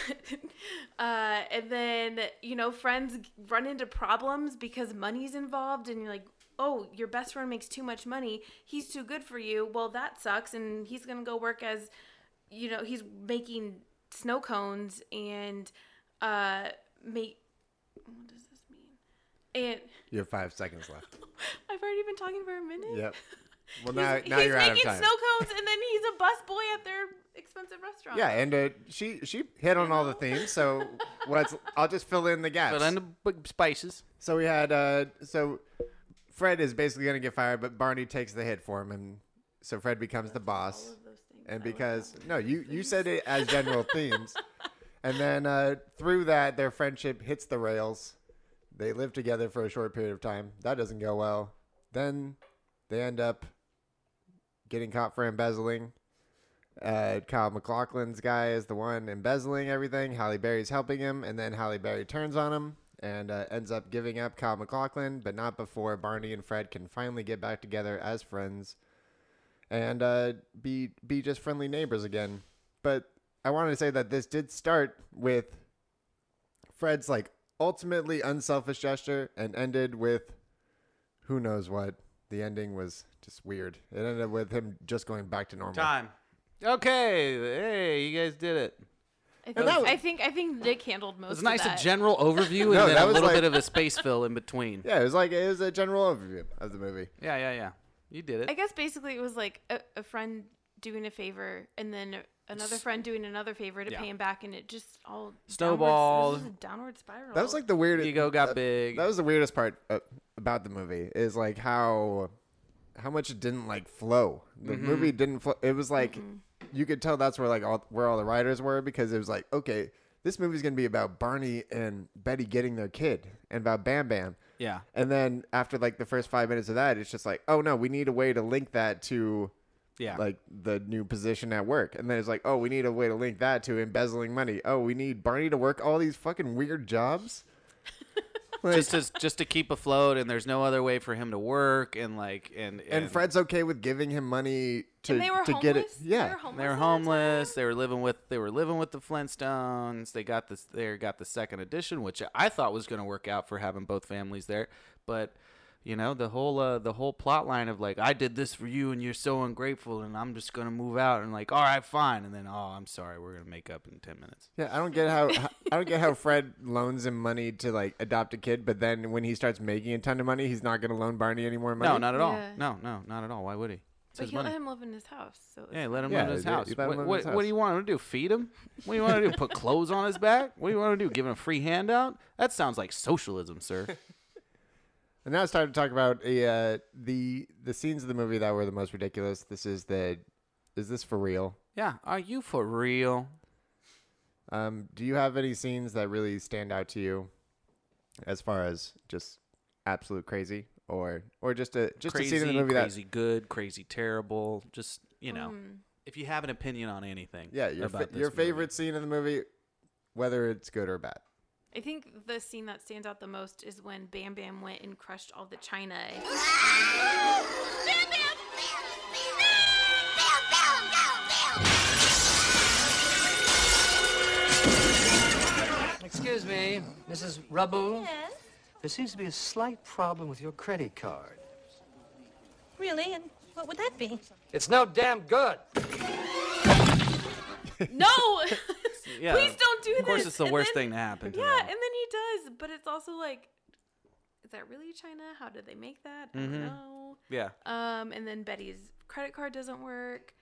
uh, and then you know friends g- run into problems because money's involved, and you're like, oh, your best friend makes too much money. He's too good for you. Well, that sucks, and he's gonna go work as you know he's making snow cones and uh make what does this mean and
You have five seconds left.
i've already been talking for a minute
Yep. Well,
He's-
now, now
he's
you're out of
making
time.
snow cones, and then he's a bus boy at their expensive restaurant.
yeah, and uh, she she hit on all the themes, so what's I'll just fill in the gaps.
But on the big spices.
So we had uh so Fred is basically gonna get fired, but Barney takes the hit for him, and so Fred becomes the
All
boss.
of those things.
And because no, you you said it as general themes, and then uh, through that their friendship hits the rails. They live together for a short period of time. That doesn't go well. Then they end up getting caught for embezzling. Uh, Kyle McLaughlin's guy is the one embezzling everything. Halle Berry's helping him, and then Halle Berry turns on him and uh, ends up giving up Kyle McLaughlin, but not before Barney and Fred can finally get back together as friends and uh, be be just friendly neighbors again. But I wanted to say that this did start with Fred's like ultimately unselfish gesture and ended with who knows what. The ending was just weird. It ended up with him just going back to normal.
Time. Okay. Hey, you guys did it.
I think,
that was-
I think I think Nick handled most.
It was
of
nice a
that.
general overview and
No,
then
that
a
was
little
like-
bit of a space fill in between.
Yeah, it was like it was a general overview of the movie.
Yeah, yeah, yeah. You did it.
I guess basically it was like a, a friend doing a favor, and then another friend doing another favor to
Yeah.
pay him back, and it just all downwards-
Snowballed.
this is a downward spiral.
That was like the weirdest.
Oh. Ego got
that-
big.
That was the weirdest part uh, about the movie is like how how much it didn't like flow. The
Mm-hmm.
movie didn't flow. It was like you could tell that's where like all where all the writers were because it was like okay, this movie's gonna be about Barney and Betty getting their kid and about Bam Bam.
yeah.
And then after like the first five minutes of that, it's just like, oh no, we need a way to link that to
Yeah.
like the new position at work. And then it's like, oh, we need a way to link that to embezzling money. Oh, we need Barney to work all these fucking weird jobs. like,
just to just to keep afloat and there's no other way for him to work and like and
and Fred's okay with giving him money to
and they were
to
homeless.
get it.
they
Yeah.
were homeless.
they were
all the time?
homeless. They were living with they were living with the Flintstones. They got this. They got the second edition, which I thought was going to work out for having both families there. But you know the whole uh, the whole plot line of like I did this for you and you're so ungrateful and I'm just going to move out and like all right fine and then oh I'm sorry we're going to make up in ten minutes.
Yeah, I don't get how I don't get how Fred loans him money to like adopt a kid, but then when he starts making a ton of money, he's not going to loan Barney any more money.
No, not at all.
Yeah.
No, no, not at all. Why would he? It's
But
his
he let
money.
him live in his house. So it's
Yeah, let him
Yeah,
live in his
you- you
house.
let him
What,
live in
what,
his
what
house.
do you want him to do? Feed him? What do you want to do? Put clothes on his back? What do you want to do? Give him a free handout? That sounds like socialism, sir.
And now it's time to talk about the, uh, the the scenes of the movie that were the most ridiculous. This is the is this for real?
Yeah, are you for real?
Um, do you have any scenes that really stand out to you, as far as just absolute crazy, or or just a just
crazy,
a scene in the movie
crazy good, crazy terrible. Just you know,
Mm.
if you have an opinion on anything,
that yeah your
about
fa-
this
your
movie.
favorite scene in the movie, whether it's good or bad.
I think the scene that stands out the most is when Bam Bam went and crushed all the china.
Bam, bam! Bam, bam, bam, bam!
Excuse me, Mrs. Rabu.
Yes,
There seems to be a slight problem with your credit card.
really? And what would that be?
It's no damn good.
No,
Yeah,
please don't do this.
Of course, it's the
And
worst
then-
thing to happen. To
Yeah,
them.
and then he does, but it's also like, is that really China? How did they make that? I
Mm-hmm.
don't know.
yeah.
Um, and then Betty's credit card doesn't work.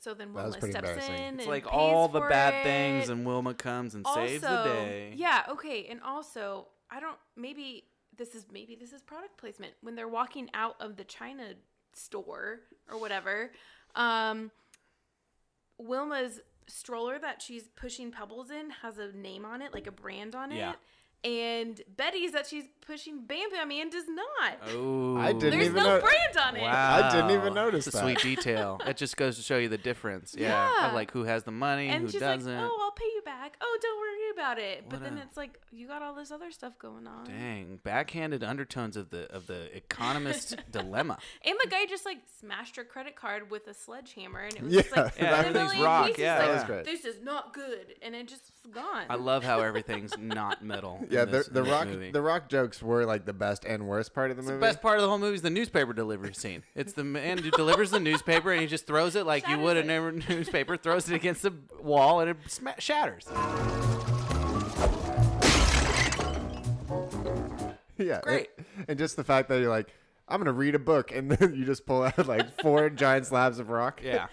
So then
was
Wilma
pretty
steps in.
embarrassing.
And
It's like
pays
all the
for
bad
it.
things, and Wilma comes and saves the
Also-
day.
Yeah, okay. And also, I don't maybe this is maybe this is product placement when they're walking out of the China store or whatever. Um, Wilma's stroller that she's pushing pebbles in has a name on it, like a brand on
Yeah.
it. And Betty's that she's pushing Bam Bam in does not.
Oh,
I didn't
There's
even
no
know-
brand on it.
I didn't even notice
It's a
that.
sweet detail. it just goes to show you the difference. Yeah,
Yeah.
Of like who has the money,
And
who
she's
doesn't.
like, "Oh, I'll pay you back. Oh, don't worry about it." but
What
then
a-
it's like you got all this other stuff going on.
Dang, backhanded undertones of the of the economist dilemma.
And the guy just like smashed her credit card with a sledgehammer, and it was
Yeah,
just like
Yeah,
the
everything's
million
rock,
pieces,
yeah,
like,
That
was great.
This is not good, and it just was gone.
I love how everything's not metal. in
Yeah, the,
this- in
the
this
rock
movie.
the rock jokes were like the best and worst part of the
The
movie.
best part of the whole movie is the newspaper delivery scene. It's the man who delivers the newspaper and he just throws it like you
Shatters
would a
it.
never- newspaper, throws it against the wall and it sma- shatters.
yeah,
great.
And, and just the fact that you're like, I'm gonna read a book, and then you just pull out like four giant slabs of rock.
Yeah.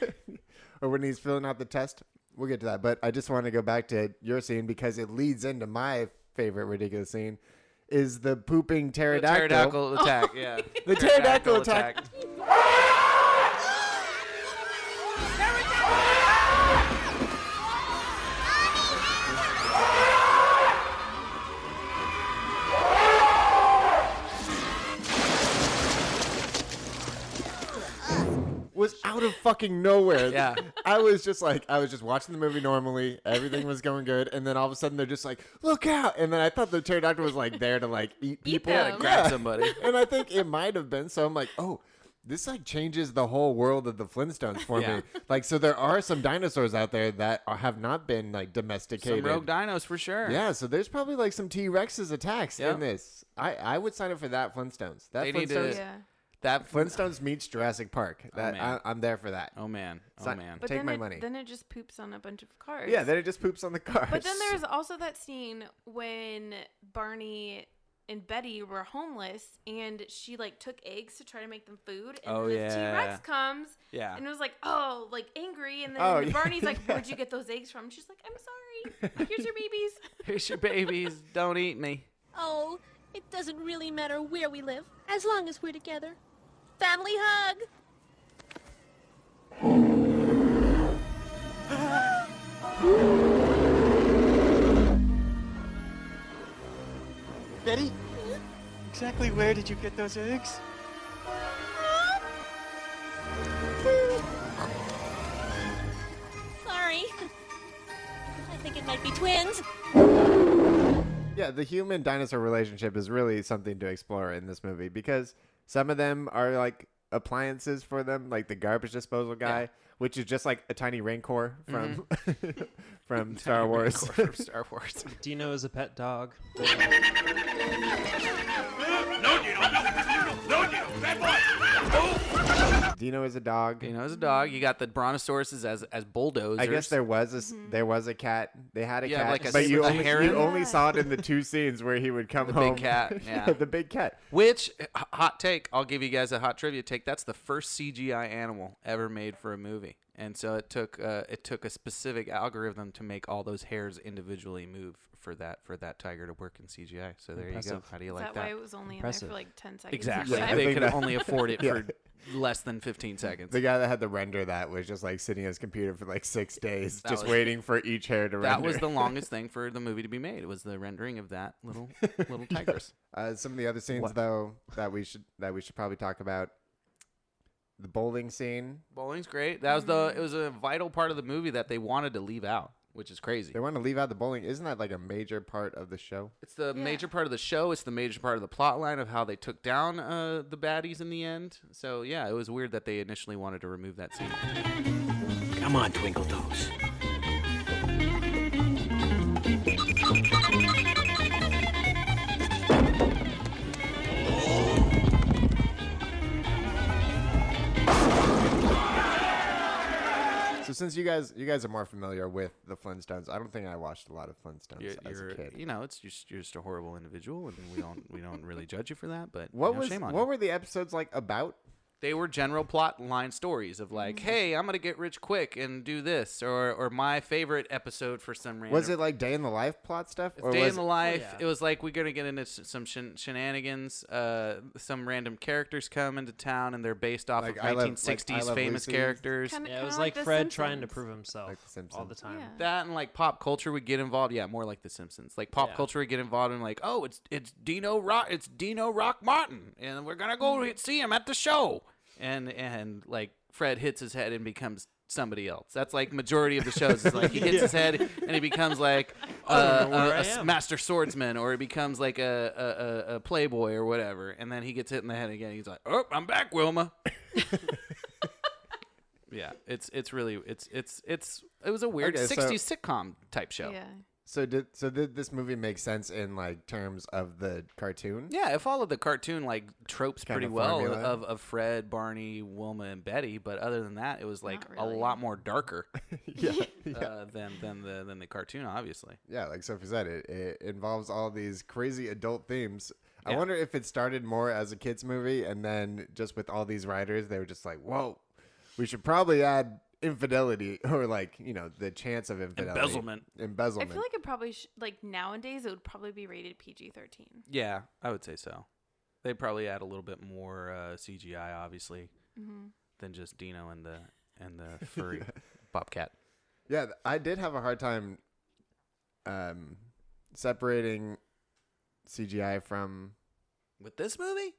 or when he's filling out the test, we'll get to that. But I just want to go back to your scene because it leads into my favorite ridiculous scene, is the pooping
The
pterodactyl.
pterodactyl attack, yeah.
The pterodactyl attack. was out of fucking nowhere.
Yeah.
I was just like, I was just watching the movie normally. Everything was going good. And then all of a sudden they're just like, look out. And then I thought the pterodactyl was like there to like eat people.
them. Yeah,
grab somebody.
And I think it might have been. So I'm like, oh, this like changes the whole world of the Flintstones for
Yeah.
me. Like, so there are some dinosaurs out there that are- have not been like domesticated.
Some rogue dinos for sure.
yeah, so there's probably like some T Rex's attacks
Yeah.
in this. I, I would sign up for that Flintstones. That
They
Flintstones,
need to-
yeah,
That
Flintstones meets Jurassic Park. That
man.
I, I'm there for that.
Oh man. Oh
Sign-
man.
but
Take
then
my
it,
money.
Then it just poops on a bunch of cards.
Yeah, then it just poops on the cars.
but then there's also that scene when Barney and Betty were homeless, and she like took eggs to try to make them food, and
Oh,
then this
yeah.
T Rex comes,
Yeah.
and it was like, oh, like angry, and then
Oh, yeah.
Barney's like, where'd you get those eggs from? She's like, I'm sorry, here's your babies.
Here's your babies. Don't eat me.
Oh, it doesn't really matter where we live, as long as we're together. Family hug!
Betty? Exactly where did you get those eggs?
Sorry. I think it might be twins.
yeah, the human dinosaur relationship is really something to explore in this movie because some of them are like appliances for them, like the garbage disposal guy, which is just like a tiny rancor from from Star Wars.
Mm-hmm. From Star Wars.
Dino is a pet dog.
Dino is a dog.
you know, as a dog, you got the brontosauruses as as bulldozers.
I guess there was a s there was a cat. They had a
Yeah,
cat,
like a
but
s-
you
a
only,
heron.
you only saw it in the two scenes where he would come
The big
home.
cat, yeah.
the big cat.
Which h- hot take? I'll give you guys a hot trivia take. That's the first CGI animal ever made for a movie, and so it took uh, it took a specific algorithm to make all those hairs individually move for that for that tiger to work in CGI. So there you go.
Impressive.
How do you
Is
like
that, why
that?
it was only
Impressive.
in there for like 10 seconds?
Exactly.
Yeah, I
they
think
could
that-
only afford it
Yeah.
for less than fifteen seconds.
The guy that had to render that was just like sitting at his computer for like six days,
That
just
was-
waiting for each hair to
that
render.
was the longest thing for the movie to be made. It was the rendering of that little little tigress.
Uh, some of the other scenes though that we should that we should probably talk about. The bowling scene.
Bowling's great. That was the it was a vital part of the movie that they wanted to leave out, which is crazy.
They want to leave out the bowling. Isn't that like a major part of the show?
It's the major part of the show. It's the major part of the plot line of how they took down uh, the baddies in the end. So yeah, it was weird that they initially wanted to remove that scene.
Come on, Twinkle Toes.
So since you guys you guys are more familiar with the Flintstones, I don't think I watched a lot of Flintstones
You're,
as
you're-
a kid.
you know, it's just you're just a horrible individual, and we don't we don't really judge you for that. But
what
you know,
was
shame on
what
you.
were the episodes like about?
They were general plot line stories of like, hey, I'm gonna get rich quick and do this, or or my favorite episode for some reason.
Was it like day in the life plot stuff? Or
Day
was
in the
it-
life.
yeah.
It was like we're gonna get into s- some shen- shenanigans. Uh, some random characters come into town, and they're based off
Like,
of
I Love- like,
1960s
I Love
famous
Lucy?
characters.
Kinda-
Yeah, it was
kinda
like,
The
Fred trying to
Simpsons.
prove himself
Like The
all the
Simpsons.
time.
Yeah.
that and like pop culture would get involved. Yeah, more like The Simpsons. Like pop
Yeah.
culture would get involved and like, oh, it's it's Dino Rock, it's Dino Rock Martin, and we're gonna go
Mm.
hit- see him at the show. And and like Fred hits his head and becomes somebody else. That's like majority of the shows is like he hits his head and he becomes like a,
don't know
a-
where
a
I
s-
am.
master swordsman or he becomes like a, a, a, a playboy or whatever. And then he gets hit in the head again. He's like, oh, I'm back, Wilma. Yeah, it's it's really it's it's it's it was a weird
Okay, so-
60s sitcom type show.
Yeah.
So did so did this movie make sense in like terms of the cartoon?
Yeah, it followed the cartoon like tropes
Kind
pretty
of
well
formula.
of, of Fred, Barney, Wilma, and Betty. But other than that, it was like
Not really.
a lot more darker
Yeah.
uh, than than the than the cartoon, obviously.
Yeah, like Sophie said, it, it involves all these crazy adult themes. I
Yeah.
wonder if it started more as a kids movie and then just with all these writers, they were just like, "Whoa, we should probably add infidelity or like you know the chance of infidelity,
Embezzlement.
I
embezzlement."
feel like it probably sh- like nowadays it would probably be rated PG thirteen.
Yeah, I would say so. They probably add a little bit more uh, CGI, obviously,
Mm-hmm.
than just Dino and the and the furry bobcat.
yeah, th- I did have a hard time um, separating CGI from
With this movie,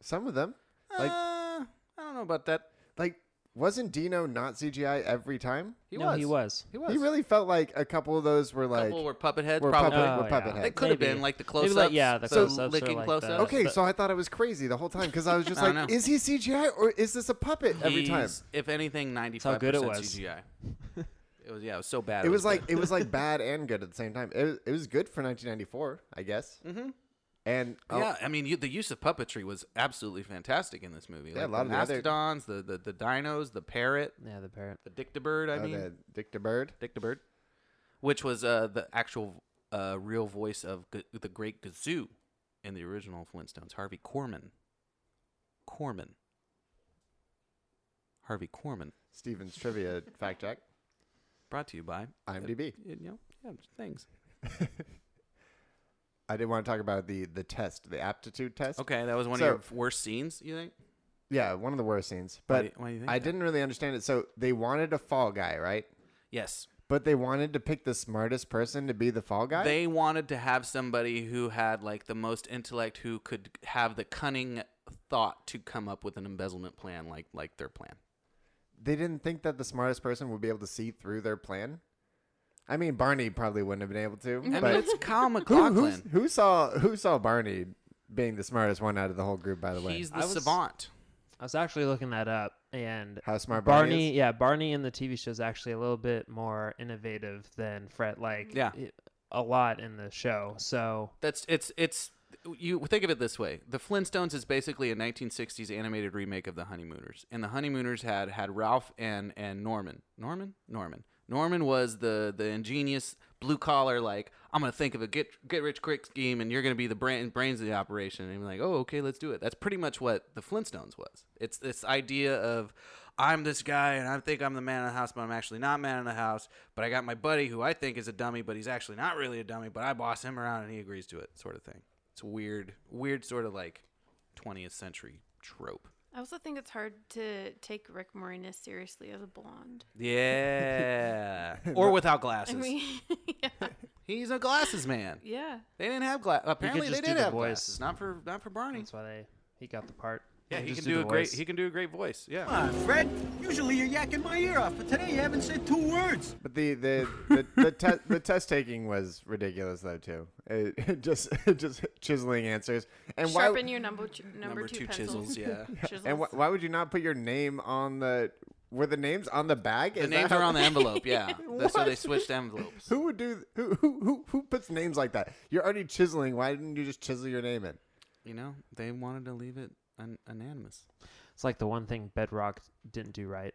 some of them.
uh,
Like,
I don't know about that.
like wasn't Dino not CGI every time?
He
no,
was.
he was.
He was.
He really felt like a couple of those were like
couple were puppet heads.
were
probably.
puppet-
Oh,
were puppet
yeah.
They
heads.
could have been
Maybe.
like the
Maybe,
close
like,
ups.
yeah, the
so
close-ups or,
licking
like,
close
the-
ups.
Okay,
but-
so I thought it was crazy the whole time because I was just
I
like,
don't know.
is he CGI or is this a puppet every time?
He's, If anything, ninety
how
five
good it
percent
was.
CGI. It was yeah, it was so bad.
It was like
good.
it was like bad and good at the same time. It was, it was good for 1994, I guess. Mm-hmm. And oh,
yeah. I mean, you, the use of puppetry was absolutely fantastic in this movie.
Yeah,
like
a lot
the
of the other-
mastodons, the, the the dinos, the parrot,
Yeah, the parrot.
the dictabird. I
oh,
mean,
the Dick DeBird.
dictabird, which was uh, the actual uh, real voice of G- the great Gazoo in the original Flintstones, Harvey Corman. Corman. Harvey Corman.
Steven's trivia fact check.
Brought to you by
IMDb.
you know, yeah, things.
I did want to talk about the the test, the aptitude test.
Okay, that was one
So-
of your worst scenes. You think?
Yeah, one of the worst scenes.
Why
But
do you- why do you think
I
that?
didn't really understand it. So they wanted a fall guy, right?
Yes.
But they wanted to pick the smartest person to be the fall guy.
They wanted to have somebody who had like the most intellect, who could have the cunning thought to come up with an embezzlement plan, like like their plan.
they didn't think that the smartest person would be able to see through their plan. I mean, Barney probably wouldn't have been able to.
I mean,
but
it's Kyle
who, who's-
McLaughlin.
who saw who saw Barney being the smartest one out of the whole group? By the way,
He's the
I was-
savant.
I was actually looking that up, and
How smart Barney
Barney.
is?
yeah, Barney in the TV show is actually a little bit more innovative than Fred. Like,
Yeah.
it- a lot in the show. So
That's it's it's you think of it this way. The Flintstones is basically a 1960s animated remake of The Honeymooners. And The Honeymooners had had Ralph and and Norman. Norman? Norman. Norman was the the ingenious blue collar like I'm going to think of a get get rich quick scheme and you're going to be the brain, brains of the operation. And I'm like, "Oh, okay, let's do it." That's pretty much what The Flintstones was. It's this idea of I'm this guy and I think I'm the man of the house, but I'm actually not man of the house. But I got my buddy who I think is a dummy, but he's actually not really a dummy, but I boss him around and he agrees to it, sort of thing. It's a weird, weird sort of like 20th century trope.
I also think it's hard to take Rick Moranis seriously as a blonde.
Yeah. or without
I
glasses.
mean, yeah,
he's a glasses man.
yeah.
They didn't have glasses. Apparently they
just do
did
the
have
voice.
glasses. Not for not for Barney.
that's why they he got the part.
Yeah, he
just
can do,
the
a great
voice.
he can do a great voice. Yeah.
Uh, Fred, usually you're yakking my ear off, but today you haven't said two words.
but the the the, the, te- the test taking was ridiculous though too. It, it just it just chiseling answers and
Sharpen
why
your number two, number,
Number
two,
two chisels,
pencils.
yeah.
Chisels.
and wh- why would you not put your name on the were the names on the bag?
The
Is that
names
how-
are on the envelope, yeah. That's why they
What?
switched envelopes.
Who would do who who who who puts names like that? You're already chiseling. Why didn't you just chisel your name in?
You know, they wanted to leave it an- anonymous.
It's like the one thing Bedrock didn't do right.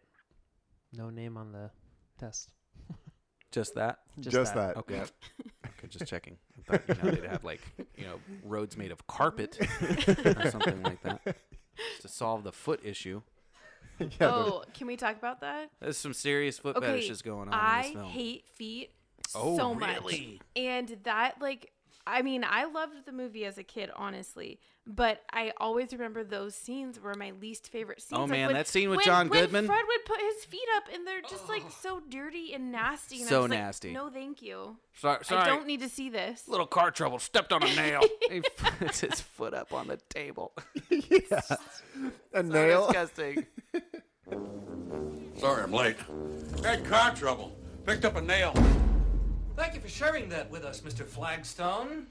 No name on the test.
Just that?
Just, that.
Okay. Okay, just checking. I thought, you know, they'd have like, you know, roads made of carpet or something like that. to solve the foot issue.
yeah, the-
Oh, can we talk about that?
There's some serious foot
Okay,
fetishes going on
I
in this film.
hate feet
Oh,
so much.
really?
And that, like, I mean, I loved the movie as a kid, honestly, but I always remember those scenes were my least favorite scenes.
Oh,
Like,
man,
when-
that scene with
when-
John
when
Goodman?
Fred would put his feet up, and they're just like so dirty and nasty. And I
So
was like,
nasty.
no, thank you.
Sorry,
I
sorry.
don't need to see this.
little car trouble. Stepped on a nail. he puts his foot up on the table.
a nail.
Disgusting.
Sorry I'm late. Had car trouble. Picked up a nail.
Thank you for sharing that with us, Mr. Flagstone.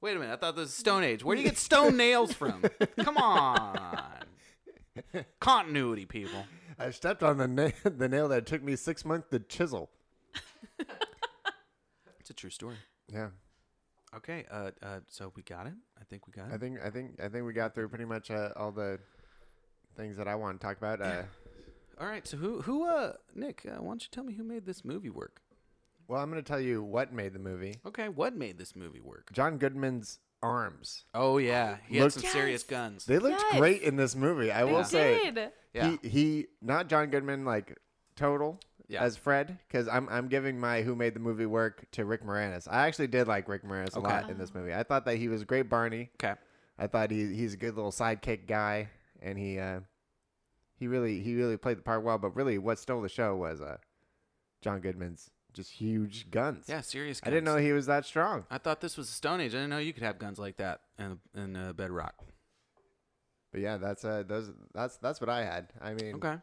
Wait a minute. I thought this was Stone Age. Where do you get stone nails from? Come on. Continuity, people.
I stepped on the na- the nail that took me six months to chisel.
It's a true story.
Yeah,
Okay. Uh, uh, so we got it. I think we got it.
I think I think I think we got through pretty much uh, all the things that I want to talk about. Uh,
All right. So who who uh Nick? Uh, why don't you tell me who made this movie work?
well, I'm going to tell you what made the movie.
Okay. What made this movie work?
John Goodman's arms.
Oh yeah, he had
Look-
some serious guns.
They looked
Yes.
great in this movie. I will
I
say.
did.
Yeah.
He, he not John Goodman like total
Yeah.
as Fred because I'm I'm giving my who made the movie work to Rick Moranis. I actually did like Rick Moranis a
Okay.
lot in this movie. I thought that he was a great Barney.
Okay.
I thought he he's a good little sidekick guy, and he uh, he really he really played the part well. But really, what stole the show was uh, John Goodman's just huge guns.
Yeah, serious.
I
Guns.
didn't know he was that strong.
I thought this was the Stone Age. I didn't know you could have guns like that in in uh, Bedrock.
But yeah, that's uh those that's that's what I had. I mean,
Okay.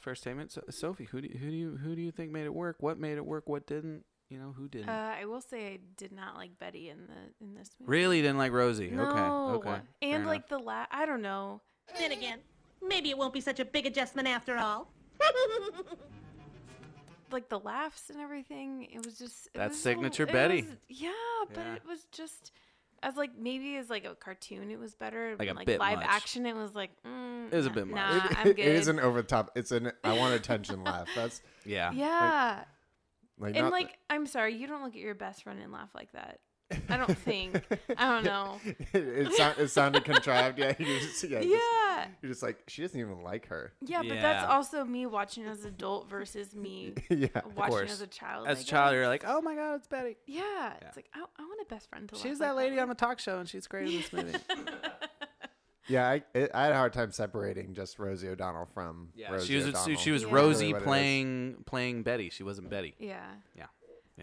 First statement. So, Sophie, who do you, who do you who do you think made it work? What made it work? What didn't? You know who didn't?
Uh, I will say I did not like Betty in the in this movie.
really didn't like Rosie.
No.
Okay. Okay.
And
Fair
like the la I don't know.
Then again, maybe it won't be such a big adjustment after all.
like the laughs and everything. It was just it
That's
was a little-
signature
it
Betty.
was- yeah, but
Yeah.
it was just as like maybe as like a cartoon, it was better.
Like a
When, like
bit
live
much.
action, it was like mm,
It was a
nah-
bit much.
Nah,
it-
I'm good.
it is an over the top. It's an I want attention laugh. That's
enough. yeah.
yeah,
like
and
not-
like I'm sorry, you don't look at your best friend and laugh like that. I don't think. I don't know.
it, it, sound, it sounded contrived. Yeah, you just, yeah, you just-
Yeah.
you're just like she doesn't even like her.
Yeah, but that's
Yeah.
also me watching as adult versus me
yeah,
watching
course.
as a child.
As
I
a child,
guess.
you're like, oh my god, it's Betty.
yeah. It's like I, I want a best friend to.
She's
laugh
that
like
lady on the talk show, and she's great in this movie.
yeah. I, it, I had a hard time separating just Rosie O'Donnell from
Yeah,
Rosie
she was
O'Donnell.
she, she was
Yeah.
Rosie
Really what it is.
playing playing Betty. She wasn't Betty.
Yeah.
Yeah.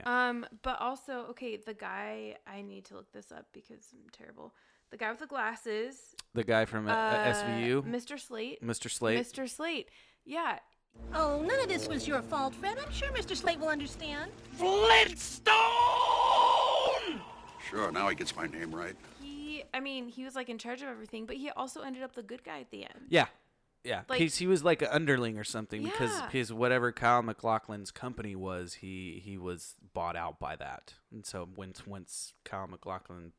Um, but also, okay, the guy I need to look this up because I'm terrible. The guy with the glasses,
The guy from uh,
uh,
SVU,
Mr. Slate,
Mr. Slate.
Mr. Slate. Yeah,
Oh, none of this was your fault, Fred. I'm sure Mr. Slate will understand.
Flintstone! Sure, now he gets my name right.
he. I mean, he was like in charge of everything, but he also ended up the good guy at the end.
Yeah. Yeah.
Like-
He's, he was like an underling or something because
Yeah.
his whatever Kyle McLaughlin's company was, he he was bought out by that. And so once once Kyle McLaughlin,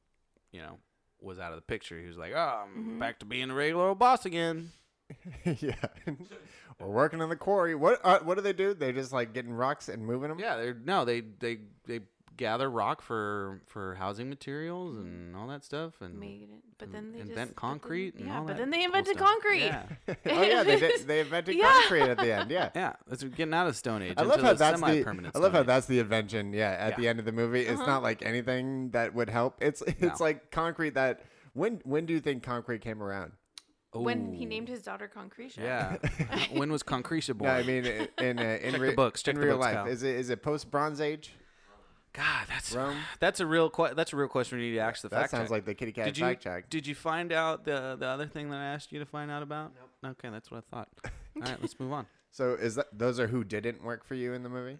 you know, was out of the picture, he was like, Oh, I'm
Mm-hmm.
back to being a regular old boss again.
yeah, we're working in the quarry. What uh, what do they do? They're just like getting rocks and moving them.
Yeah, they're no, they they they gather rock for for housing materials and all that stuff and
Making it,
Mm,
but
and
then Mm-hmm. they
invent
just, but then-
concrete and
yeah,
all
but
that
then they
cool
invented
stuff.
concrete.
Yeah.
oh yeah, they did, they invented
Yeah.
concrete at the end. Yeah.
Yeah, that's we're getting out of Stone Age.
I love
into
how
the
that's the
semi-permanent
I love
Stone
how
Age.
that's the invention. Yeah, at
Yeah.
the end of the movie, it's
Uh-huh.
not like anything that would help. It's it's like concrete that when when do you think concrete came around?
When he
Ooh.
named his daughter Concretia.
Yeah. when was Concretia born?
No, I mean i- in uh, in,
Check
re-
the books, check
in
the
real
books,
life.
Kyle.
Is it is it post Bronze Age?
God, that's
Rome.
that's a real que- that's a real question we need to ask the
That
fact
sounds
check.
like the kitty cat
did you,
fact check.
Did you find out the the other thing that I asked you to find out about? Nope. Okay, that's what I thought. All right, let's move on.
So is that those are who didn't work for you in the movie?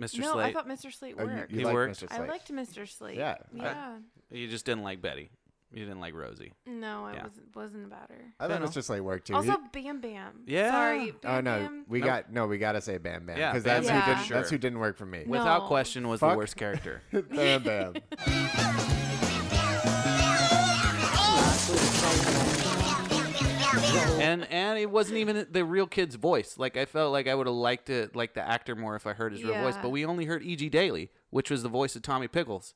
Mr.
No,
Slate,
I thought Mr. Slate
Oh, you-
worked.
you
He
liked
worked.
Mr.
I
Slate.
liked Mr. Slate.
Yeah.
Yeah.
you just didn't like Betty. You didn't like Rosie.
no, I
Yeah.
wasn't wasn't about her.
I thought
Fair
Mr. Slate worked too.
Also,
He-
Bam Bam.
Yeah.
Sorry. Bam
oh no,
Bam.
we
Nope.
got no, we gotta say Bam Bam
Yeah,
because
Bam
that's
Bam
who
for
didn't
sure.
that's who didn't work for me.
No.
Without question, was
Fuck.
the worst character.
Bam Bam.
and and it wasn't even the real kid's voice. Like I felt like I would have liked it, like the actor more if I heard E his real voice.
Yeah.
But we only heard E.G. Daily, which was the voice of Tommy Pickles.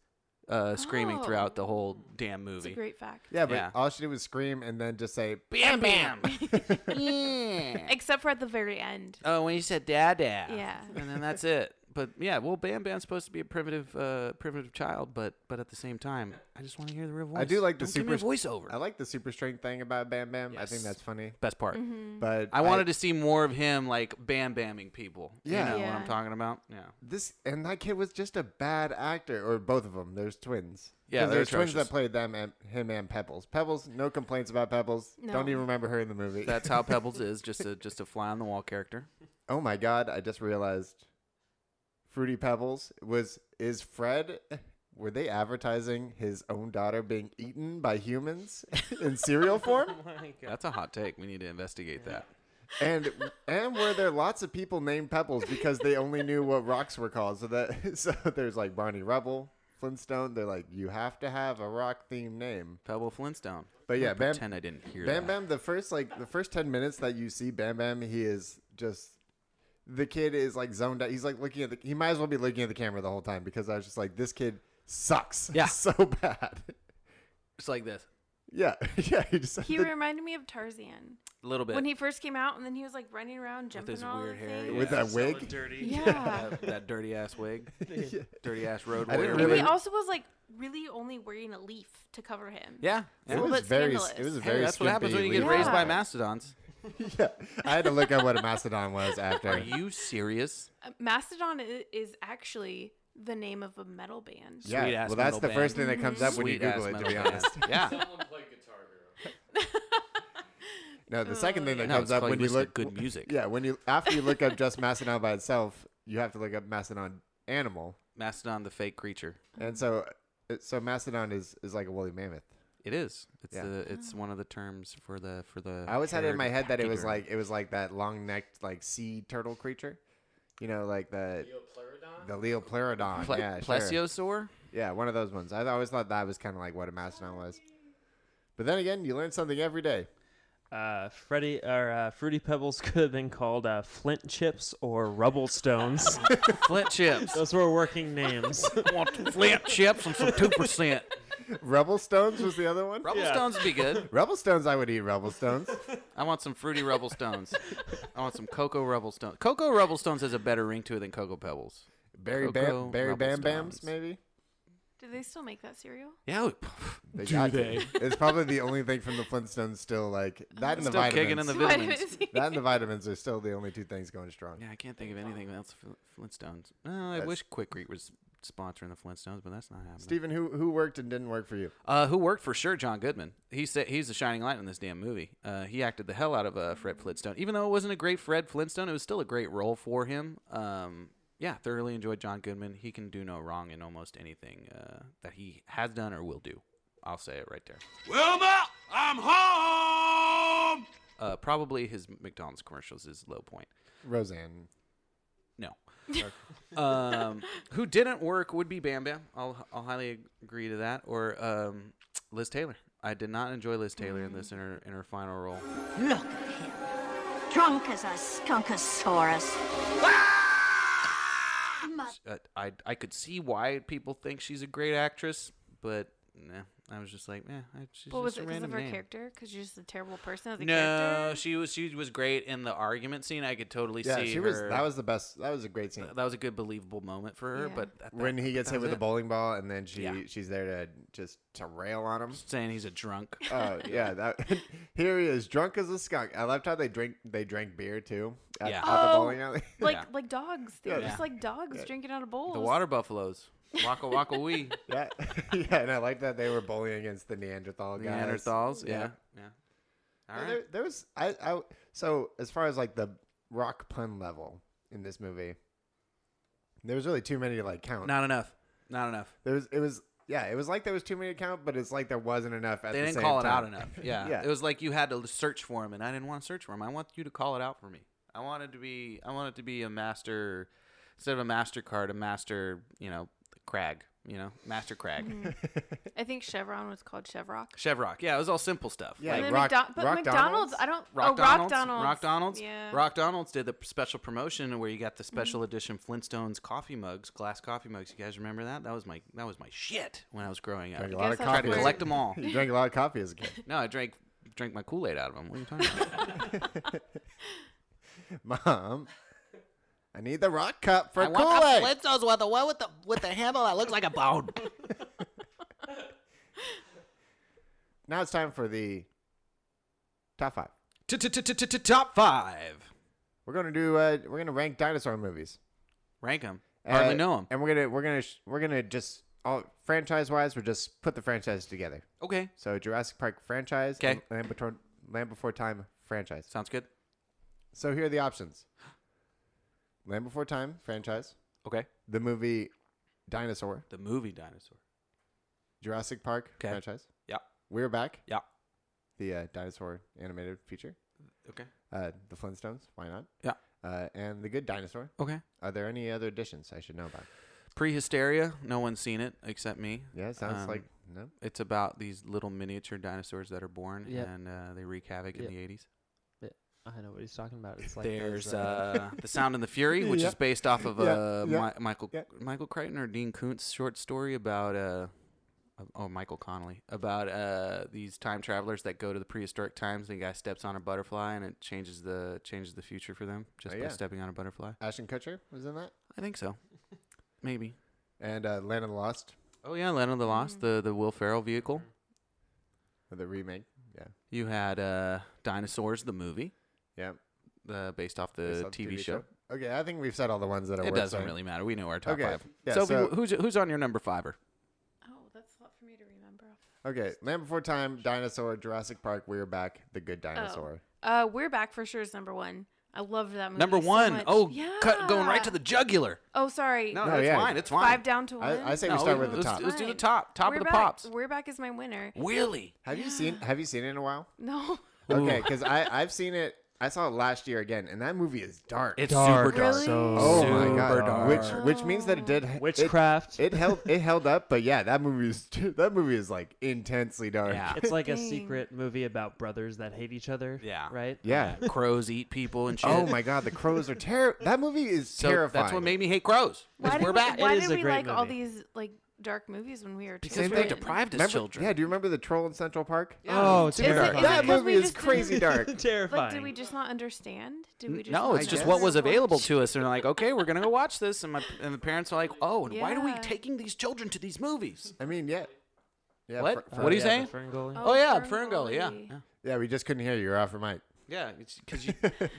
uh, screaming
Oh.
throughout the whole damn
It's a
movie.
great fact.
Yeah, but
Yeah.
all she did was scream and then just say,
bam, bam. yeah.
Except for at the very end.
Oh, when you said dada.
Yeah.
And then that's it. But yeah, well, Bam Bam's supposed to be a primitive, uh, primitive child, but but at the same time, I just want to hear the real voice.
I do like the
Don't give me a
super
voiceover.
I like the super strength thing about Bam Bam. I think
Yes.
that's funny.
Best part.
Mm-hmm. Mm.
But
I wanted to see more of him like bam bamming people.
Yeah.
You know what
Yeah.
I'm talking about? Yeah.
this and that kid was just a bad actor, or both of them. There's twins.
Yeah,
'Cause
they're
there's twins
atrocious.
that played them and him and Pebbles. Pebbles, no complaints about Pebbles. Don't
No.
even remember her in the movie.
That's how Pebbles is, just a just a fly on the wall character.
oh my god! I just realized, Fruity Pebbles was is Fred. Were they advertising his own daughter being eaten by humans in cereal form?
That's a hot take. We need to investigate that.
and and were there lots of people named Pebbles because they only knew what rocks were called? So that so there's like Barney Rubble, Flintstone. They're like you have to have a rock themed name.
Pebble Flintstone.
But yeah,
I'm
Bam-
pretend I didn't hear that.
Bam Bam, the first like the first ten minutes that you see Bam Bam, he is just the kid is like zoned out. He's like looking at the he might as well be looking at the camera the whole time because I was just like this kid sucks
Yeah.
so bad.
It's like this.
yeah, yeah. He just
He
the-
reminded me of Tarzan
A little bit.
when he first came out, and then he was like running around, jumping
his
on all
weird
the
hair,
things.
with that
So
wig.
dirty.
Yeah.
that, that dirty ass wig. Dirty ass road
I didn't
warrior
And
really-
wig.
he also was like really only wearing a leaf to cover him.
Yeah.
It
yeah.
was
But
very. It
scandalous.
was
Hey,
Hey,
very.
that's what happens when you
skimpy
get
lead.
leader.
raised by
Yeah.
mastodons.
Yeah, I had to look up what a mastodon was after.
Are you serious?
Uh, Mastodon i- is actually the name of a metal band.
yeah,
Sweet-ass
well, that's
metal
the
band.
first thing that comes up when you
Sweet-ass
Google it. To
metal
be
band.
honest, yeah.
Someone play Guitar Hero.
No, the second thing that
No,
comes
it's
up
called
when you
listen to
look
good music.
Yeah, when you after you look up just mastodon by itself, you have to look up mastodon animal,
Mastodon, the fake creature.
and so it- so mastodon is is like a woolly mammoth.
It is. It's
Yeah.
the. It's one of the terms for the for the.
I always had it in my
haired
head that it was
pachyderm.
like it was like that long necked like sea turtle creature, you know, like the
Neopleurodon?
the Leopleurodon.
Ple-
yeah, sure.
plesiosaur.
Yeah, one of those ones. I always thought that was kind of like what a mastodon was. But then again, you learn something every day.
Uh, Freddy or uh, Fruity Pebbles could have been called uh, Flint Chips or Rubble Stones.
Flint chips.
Those were working names.
want some flint chips and some two percent.
Rubble stones was the other one.
Rubble stones would be good.
Rubble stones, I would eat rubble stones.
I want some fruity rubble stones. I want some cocoa rubble stones. Cocoa rubble stones has a better ring to it than cocoa pebbles.
Berry
Cocoa
bam, berry
Rubble
bam bams,
Stones.
maybe.
Do they still make that cereal?
Yeah, we-
They got to. It's probably the only thing from the Flintstones still like that and the
still
vitamins.
kicking in the
Why
vitamins.
does he-
that and the vitamins are still the only two things going strong.
Yeah, I can't think of anything else. Fl- Flintstones. Oh, I
That's-
wish Quick Creek was sponsoring the Flintstones, but that's not happening.
Steven, who who worked and didn't work for you?
Uh, who worked for sure? John Goodman. He said he's the shining light in this damn movie. Uh, he acted the hell out of uh, Fred Flintstone, even though it wasn't a great Fred Flintstone. It was still a great role for him. Um, yeah, thoroughly enjoyed John Goodman. He can do no wrong in almost anything uh, that he has done or will do. I'll say it right there.
Wilma, I'm home!
Uh, probably his McDonald's commercials is low point.
Roseanne.
No. um, who didn't work would be Bam Bam. I'll, I'll highly agree to that. Or um, Liz Taylor. I did not enjoy Liz Taylor in this in her, in her final role.
Look at him. Drunk as a skunkosaurus.
uh, I I could see why people think she's a great actress, but nah, I was just like, eh, I, she's
What was
just
it
a
because
random
of her
name.
character? Because you're just a terrible person as a
No,
character.
she was she was great in the argument scene. I could totally
Yeah,
see
she
her.
was. That was the best. That was a great scene.
that was a good believable moment for her.
Yeah.
But at
when
that-
he
but
gets
that
hit
was
with a
it.
bowling ball, and then she
Yeah.
she's there to just to rail on him.
saying he's a drunk.
Oh yeah, that here he is, drunk as a skunk. I loved how they drink they drank beer too at,
Yeah.
at the
Oh,
bowling alley.
Like
Yeah.
like dogs. They were
Yeah.
just like dogs drinking out of bowls.
the water buffaloes, waka waka wee,
yeah, yeah, and I like that they were bowling against the Neanderthal guys.
Neanderthals. Yeah, yeah. All
Yeah,
right.
There, there was I, I so as far as like the rock pun level in this movie, there was really too many to like count.
Not enough. Not enough.
There was it was yeah, it was like there was too many to count, but it's like there wasn't enough. At
They
the
didn't
same
call it out
time.
enough. Yeah.
Yeah.
It was like you had to search for him, and I didn't want to search for him. I want you to call it out for me. I wanted to be. I wanted to be a master instead of a master card, a master. You know, crag. you know, Master Crag,
Mm-hmm. I think Chevron was called Chevrock.
Chevrock. Yeah, it was all simple stuff.
Yeah,
Like,
And then
Rock-
McDo- but
Rock
McDonald's,
Donald's?
I don't.
Rock,
oh,
Donald's,
Rock Donald's.
Rock Donald's.
Yeah. Mm-hmm.
Rock Donald's did the p- special promotion where you got the special edition Flintstones coffee mugs, glass coffee mugs. You guys remember that? That was my that was my shit when I was growing up.
Drank a
I
lot of
guess that's
tried
coffee.
to
where-
collect them all.
You drank a lot of coffee as a kid.
No, I drank drank my Kool Aid out of them. What are you talking about?
Mom, I need the rock cup for
I want
Kool
the
Aid.
Flintstones with the one with the with the handle that looks like a bone.
Now it's time for the top five.
Top five.
We're gonna do. Uh, we're gonna rank dinosaur movies.
Rank er, them.
Uh,
Hardly know them.
And we're gonna we're gonna sh- we're gonna just all franchise wise. We're just put the franchise together.
Okay,
So Jurassic Park franchise.
'Kay.
and Land Before Land Before Time franchise.
sounds good.
So here are the options. Land Before Time franchise.
Okay,
The movie Dinosaur.
the movie dinosaur.
Jurassic Park
'Kay.
franchise.
Yeah,
We're back.
yeah.
The uh, dinosaur animated feature.
Okay,
Uh, the Flintstones. Why not?
yeah.
Uh, and the Good Dinosaur.
Okay.
Are there any other additions I should know about?
Prehysteria. No one's seen it except me.
Yeah, it sounds
Um,
like no.
It's about these little miniature dinosaurs that are born
Yep.
and uh, they wreak havoc
Yep.
in the 80s.
I know what he's talking about. It's like
There's
those,
uh, The Sound and the Fury, which
Yeah.
is based off of
Yeah,
uh,
yeah,
Mi- Michael
yeah.
Michael Crichton or Dean Koontz short story about uh, oh Michael Connolly about uh, these time travelers that go to the prehistoric times. And the guy steps on a butterfly and it changes the changes the future for them just
Oh,
by
yeah.
stepping on a butterfly.
Ashton Kutcher was in that,
I think so, maybe.
and uh, Land of the Lost,
Oh yeah, Land of the
Hmm.
Lost, the the Will Ferrell vehicle.
the remake. Yeah,
You had uh, Dinosaurs, the movie,
yeah.
uh, based off the
Based off the
TV, show.
Okay, I think we've said all the ones that are.
It
worth
doesn't
saying.
really matter. We know our top
Okay,
five.
yeah,
Sophie,
so-
wh- who's who's on your number fiver?
Oh, that's a lot for me to remember.
Okay, Land Before Time, Dinosaur, Jurassic Park, We're Back, The Good Dinosaur.
Uh, We're Back for sure is number one. I loved that movie.
Number
so
one.
much.
oh,
yeah.
cut, going right to the jugular.
Oh, sorry.
No,
No,
it's
yeah.
fine. It's fine.
Five down to one.
I, I say we
No,
start with the
let's-
top.
let's do the
Fine.
top. Top
We're
of the
back.
pops.
We're Back is my winner.
Really?
Have you seen Have you seen it in a while?
No.
Mm.
Okay, because I I've seen it. I saw it last year again, and that movie is dark.
It's
Dark.
super dark.
Really?
oh
super
my god,
dark.
which which means that it did it-
witchcraft.
It, held it held up, but yeah, that movie is that movie is like intensely dark.
Yeah.
it's like a
Dang.
secret movie about brothers that hate each other.
Yeah.
Right.
Yeah.
Crows eat people and shit.
Oh my god, the crows are terrible. That movie is
So
terrifying.
That's what made me hate crows. 'cause
Why did
We're
we,
back.
Why
It is
did
a
we
great
like all
movie.
these like dark movies when we were
Because
children?
we were deprived as
Remember-
children.
Yeah, do you remember the troll in Central Park?
Oh, it's
Is it-
dark.
is it
That
because
movie
we
is
just
crazy
didn't-
dark.
terrifying.
Like, did we just not understand? Did we just?
no,
not
it's just
know?
what was available to us, and they're like, okay, we're gonna go watch this, and my and the parents are like, oh, and why are we
Yeah.
taking these children to these movies?
I mean, yeah. Yeah,
What?
fr- fr-
What do you
yeah,
saying?
the Ferngully.
Oh, yeah,
Ferngully.
Ferngully, yeah, yeah,
yeah, we just couldn't hear you. You're off your mic.
yeah. It's because you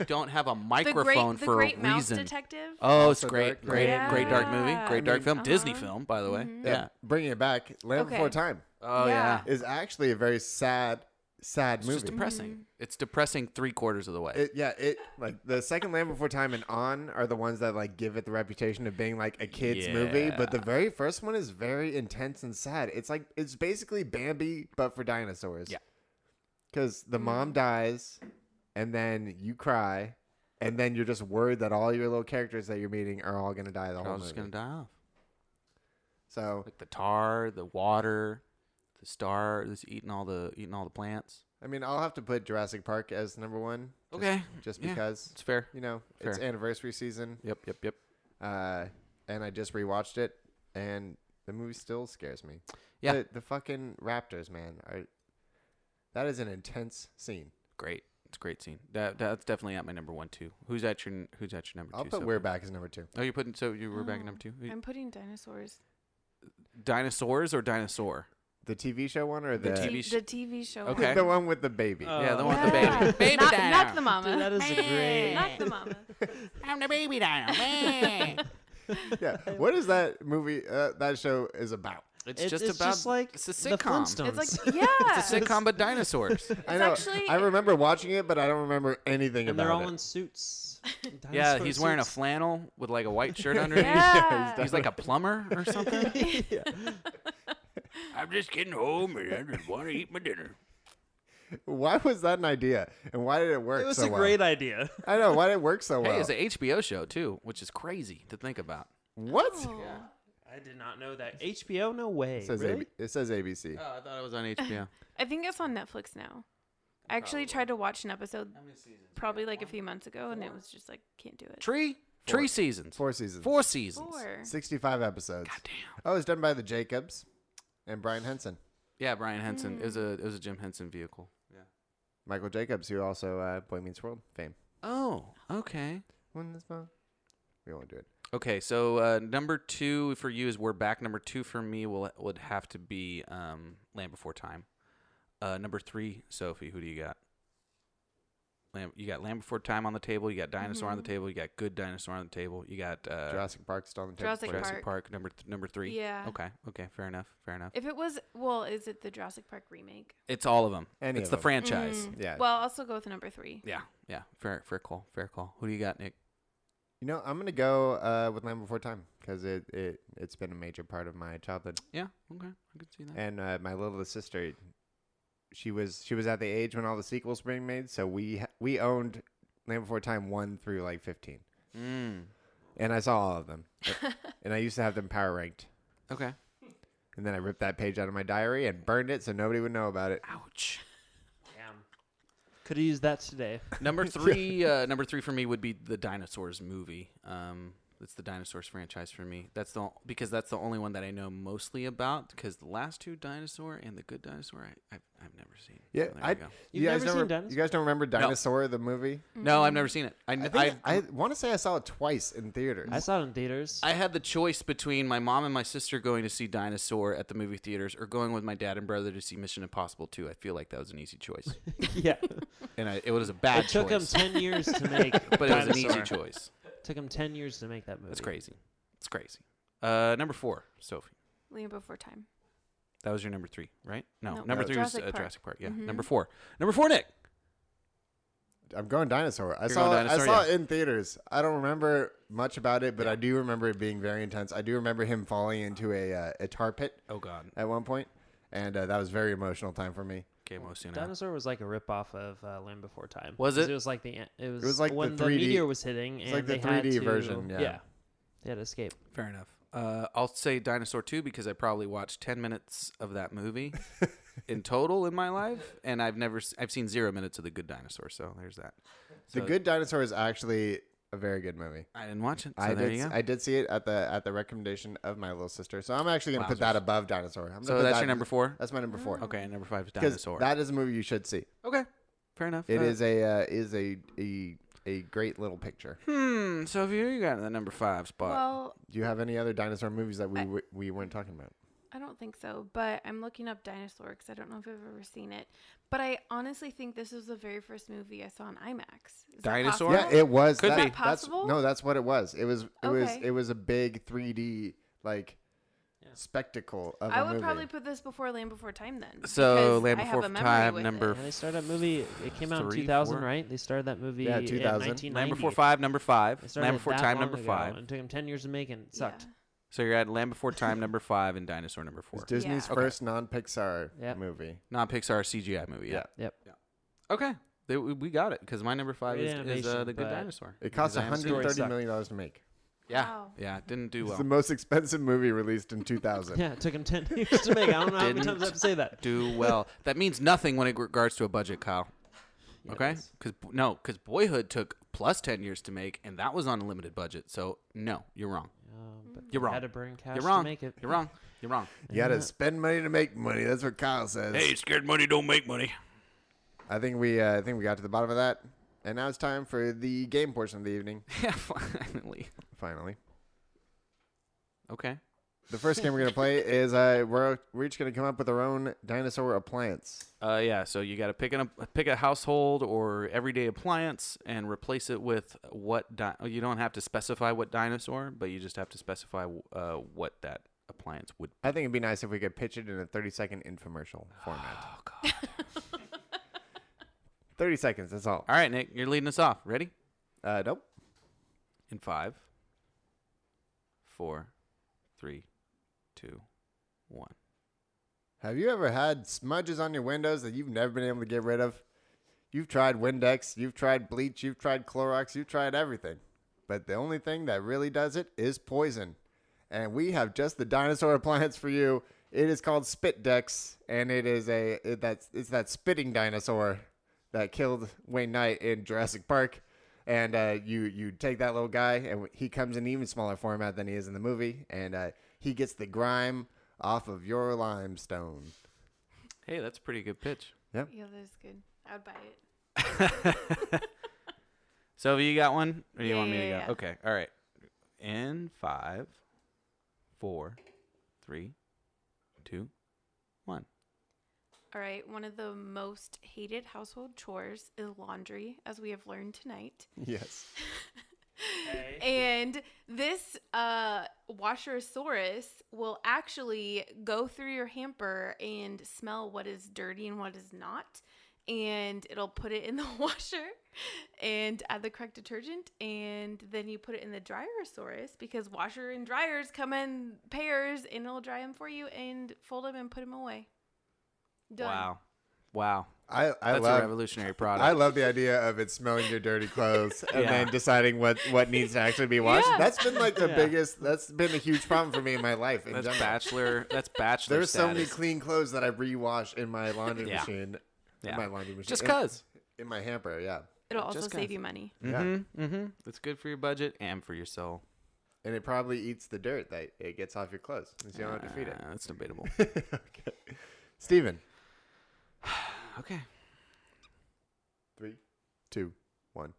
don't have a
The
microphone
great, the
for
great
a
mouse
reason.
detective.
Oh, it's
Also
great,
dark,
great,
yeah.
great dark movie,
Yeah.
great dark film, Disney
Uh-huh.
film, by the way.
Yeah.
Yeah.
Bringing it back, Land
Okay.
Before Time
Oh yeah.
Yeah.
is actually a very sad, sad
It's
movie.
just depressing.
Mm-hmm.
It's depressing three quarters of the way.
It, yeah, it like the second Land Before Time and On are the ones that like give it the reputation of being like a kids movie, but the very first one is very intense and sad. It's like it's basically Bambi but for dinosaurs.
Yeah.
Cuz the mom dies and then you cry and then you're just worried that all your little characters that you're meeting are all going to die the
They're
whole
all
movie.
just gonna die off.
so,
Like the tar, the water, the star that's eating all the eating all the plants.
I mean, I'll have to put Jurassic Park as number 1. just-
Okay.
Just
Yeah.
because
It's fair.
you know, it's
Fair.
anniversary season.
Yep, yep, yep.
uh, and I just rewatched it, and the movie still scares me.
Yeah.
the, the fucking raptors, man, are that is an intense scene.
Great. It's a great scene. That that's definitely at my number one too. Who's at your Who's at your number
I'll
two?
put
Sophie?
We're Back as number two.
Oh, you're putting so you were back at number two.
Oh, I'm putting dinosaurs.
Dinosaurs or dinosaur?
The TV show one or the
The
T-
TV sh-
the TV show.
Okay. Oh.
the one with the baby.
yeah, the one with
Yeah.
the baby. baby
not,
dino.
not the Oh, mama.
Dude, that is a great.
not the mama.
I'm the baby dino. man.
yeah. What is that movie? Uh, that show is about?
it's,
It-
just
it's
about
just like
it's a
the
sitcom.
Flintstones.
It's like yeah.
It's a sitcom but dinosaurs.
I know.
actually-
I remember watching it, but I don't remember anything
and
about
they're all
it.
in suits.
yeah,
Dinosaur
he's wearing a
suits.
flannel with like a white shirt underneath.
yeah.
He's like a plumber or something. I'm just getting home and I just want to eat my dinner.
why was that an idea, and why did it work?
It was
so
a great
Well?
idea.
I know why did it work so
Hey,
well.
it's an HBO show too, which is crazy to think about.
what?
I did not know that. HBO, no way.
It says,
really?
AB- it says ABC.
Oh, I thought it was on HBO.
I think it's on Netflix now. I actually tried to watch an episode probably like a few months ago, and it was just like can't do it.
Tree, tree seasons,
Four seasons.
four seasons.
Four.
65 episodes. Goddamn. Oh, it was done by the Jacobs and Brian Henson.
Yeah, Brian Henson. It was a
Mm.
it was a Jim Henson vehicle.
Michael Jacobs, who also uh, Boy Meets World fame.
Oh, okay.
When this month? We won't do it.
Okay, so uh, number two for you is We're Back. Number two for me will would have to be um, Land Before Time. Uh, number three, Sophie, who do you got? Land, you got Land Before Time on the table. You got Dinosaur
Mm-hmm.
on the table. You got Good Dinosaur on the table. You got uh,
Jurassic Park's still on the table.
Jurassic
Jurassic
Park.
Park. Number th- number three.
Yeah.
Okay. Okay. Fair enough. Fair enough.
If it was, well, is it the Jurassic Park remake?
It's all of them.
Any
it's
of
the
them.
franchise.
Yeah.
Well, I'll also go with number three.
Yeah. Yeah. Fair. Fair call. Fair call. Who do you got, Nick?
You know, I'm going to go uh, with Land Before Time because it, it, it's been a major part of my childhood.
Yeah. Okay. I can see
Mm.
that.
And uh, my littlest sister, she was she was at the age when all the sequels were being made, so we ha- we owned Land Before Time 1 through like 15.
Mm.
And I saw all of them. and I used to have them power ranked.
Okay.
And then I ripped that page out of my diary and burned it so nobody would know about it.
Ouch.
Damn. Could have used that today.
Number three, uh, number three for me would be the dinosaurs movie. Um, it's the dinosaurs franchise for me. That's the because that's the only one that I know mostly about. Because the last two dinosaur and the good dinosaur, I, I've, I've never seen.
Yeah,
So there
I,
you go.
you
You've
guys
never
don't
seen
rem-
Dinosaur?
You guys don't remember Dinosaur the movie?
No, I've never seen it. I
I
I,
think I, want to say I saw it twice in theaters.
I saw it in theaters.
I had the choice between my mom and my sister going to see Dinosaur at the movie theaters, or going with my dad and brother to see Mission Impossible Two. I feel like that was an easy choice,
yeah.
and I, it was a bad
It took him
choice,
ten years to make.
but it was an easy
Dinosaur.
choice.
Took him ten years to make that movie.
That's crazy. It's crazy. Uh, number four, Sophie.
Land Before Time.
That was your number three, right? No,
Nope.
number
No,
three was uh,
Jurassic Park. Mm-hmm.
Jurassic Park. Yeah, number four. Number four, Nick.
I'm going Dinosaur. I
You're
saw
going
it, I
Dinosaur,
saw
yeah.
it in theaters. I don't remember much about it, but I do remember it being very intense. I do remember him falling into a uh, a tar pit
Oh God,
at one point, and uh, that was very emotional time for me.
okay, most soon.
Dinosaur was like a ripoff of uh, Land Before Time.
Was
'Cause
it?
It was like the an- it was,
was like the
when the,
3D
meteor was hitting, and
like the
they had
3D
to-
version, yeah.
they had to escape.
Fair enough. Uh, I'll say Dinosaur Two because I probably watched ten minutes of that movie in total in my life, and I've never s- I've seen zero minutes of the Good Dinosaur. So there's that.
the Good Dinosaur is actually a very good movie.
I didn't watch it. So
I
there
did.
you go.
I did see it at the at the recommendation of my little sister. So I'm actually going to put that above Dinosaur. I'm gonna
So
put
that's
that-
your number four?
That's my number four.
okay, and number five is
because
Dinosaur.
that is a movie you should see.
okay, fair enough.
It
Uh,
is a uh, is a, a a great little picture.
Hmm. So who you got in the number five spot?
Well,
Do you have any other dinosaur movies that we w we weren't talking about?
I don't think so, but I'm looking up Dinosaur because I don't know if I've ever seen it. But I honestly think this was the very first movie I saw in IMAX. Is that
Dinosaur?
possible?
Yeah, it was.
Could
that,
be.
Is that possible?
That's, no, that's what it was. It was. It was.
Okay.
It was a big 3D like spectacle of
I
a
would
movie.
probably put this before Land Before Time then.
so
because
Land
I have
Before
a memory
Time
with
number
it.
And they started that movie. It came out
Three,
in 2000,
four?
right? They started that movie.
Yeah,
in
2000.
1990.
Land Before Five, number five.
They started
Land
it
Before
that
Time,
long
number
ago,
five.
and It took him 10 years to make, and it
Yeah.
sucked.
So you're at Land Before Time number five and Dinosaur number four.
It's Disney's
Yeah.
Okay.
first non-Pixar
Yep.
movie.
Non Pixar CGI movie. Yeah.
Yep.
Okay. They, we we got it because my number five
Great
is, is uh,
animation,
the Good
but-
Dinosaur.
It cost
Because I haven't seen
130
sucked.
million dollars to make.
Yeah.
Wow.
Yeah. It didn't do
It's
well.
the most expensive movie released in 2000.
Yeah, it took him 10 years to make. I don't know how many times
Didn't
I have to say that.
do well. That means nothing when it regards to a budget, Kyle.
Yeah, it
Okay.
is.
Because no, because Boyhood took plus ten years to make, and that was on a limited budget. So no, you're wrong.
Um, but
You're
they
wrong.
Had to burn cash
You're wrong.
to make it.
You're wrong. You're wrong.
You gotta spend money to make money. That's what Kyle says.
scared money don't make money.
I think we uh, I think we got to the bottom of that, and now it's time for the game portion of the evening.
Yeah. Finally.
Finally,
Okay.
the first game we're gonna play is uh, we're we're each gonna come up with our own dinosaur appliance.
Uh, yeah, so you got to pick an, pick a household or everyday appliance and replace it with what di- oh, you don't have to specify what dinosaur, but you just have to specify uh, what that appliance would.
I think it'd be nice if we could pitch it in a 30 second infomercial format.
Oh God!
30 seconds, that's all.
All right, Nick, you're leading us off. Ready?
Uh, nope.
In five, four, three, two, one.
Have you ever had smudges on your windows that you've never been able to get rid of? You've tried Windex, you've tried bleach, you've tried Clorox, you've tried everything. But the only thing that really does it is poison. and we have just the dinosaur appliance for you. It is called Spit Dex, and it is a it, that's it's that spitting dinosaur that killed Wayne Knight in Jurassic Park. And uh, you you take that little guy, and he comes in even smaller format than he is in the movie, and uh, he gets the grime off of your limestone.
Hey, that's a pretty good pitch.
Yeah, that's good. I would buy it.
So have you got one, or do you
Yeah,
want me to
yeah,
go?
yeah.
Okay, all right. In five, four, three, two, one.
All right. One of the most hated household chores is laundry, as we have learned tonight.
Yes.
And this uh, washerosaurus will actually go through your hamper and smell what is dirty and what is not. And it'll put it in the washer and add the correct detergent. And then you put it in the dryerosaurus because washer and dryers come in pairs and it'll dry them for you and fold them and put them away. Done.
Wow, wow.
I I
That's a
love
revolutionary
I
product.
love the idea of it smelling your dirty clothes and
Yeah.
then deciding what, what needs to actually be washed.
Yeah.
That's been like the
Yeah.
biggest. That's been a huge problem for me in my life. In
that's
general.
bachelor. That's bachelor.
There's so many
status.
clean clothes that I rewash in my laundry
Yeah.
machine.
Yeah.
In my laundry machine.
Just
In-
cause.
In, my hamper, yeah.
It'll also
Just
save
kinda-
you money.
Yeah.
Mm-hmm. Mm-hmm. It's good for your budget and for your soul.
And it probably eats the dirt that it gets off your clothes. So you don't have to feed it.
Uh, that's debatable.
okay. Steven.
okay.
Three, two, one.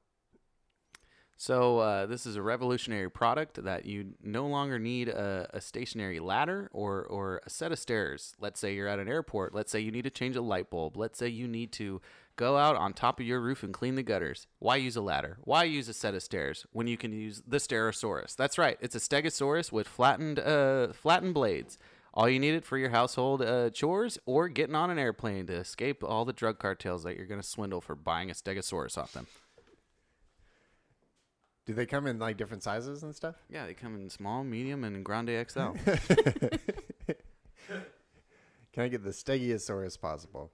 So uh, this is a revolutionary product that you no longer need a, a stationary ladder or or a set of stairs. Let's say you're at an airport. Let's say you need to change a light bulb. Let's say you need to go out on top of your roof and clean the gutters. Why use a ladder? Why use a set of stairs when you can use the Stegosaurus? That's right. It's a Stegosaurus with flattened uh, flattened blades. All you need it for your household uh, chores or getting on an airplane to escape all the drug cartels that you're going to swindle for buying a Stegosaurus off them.
Do they come in like different sizes and stuff?
Yeah, they come in small, medium, and grande XL.
Can I get the stegiosaurus possible?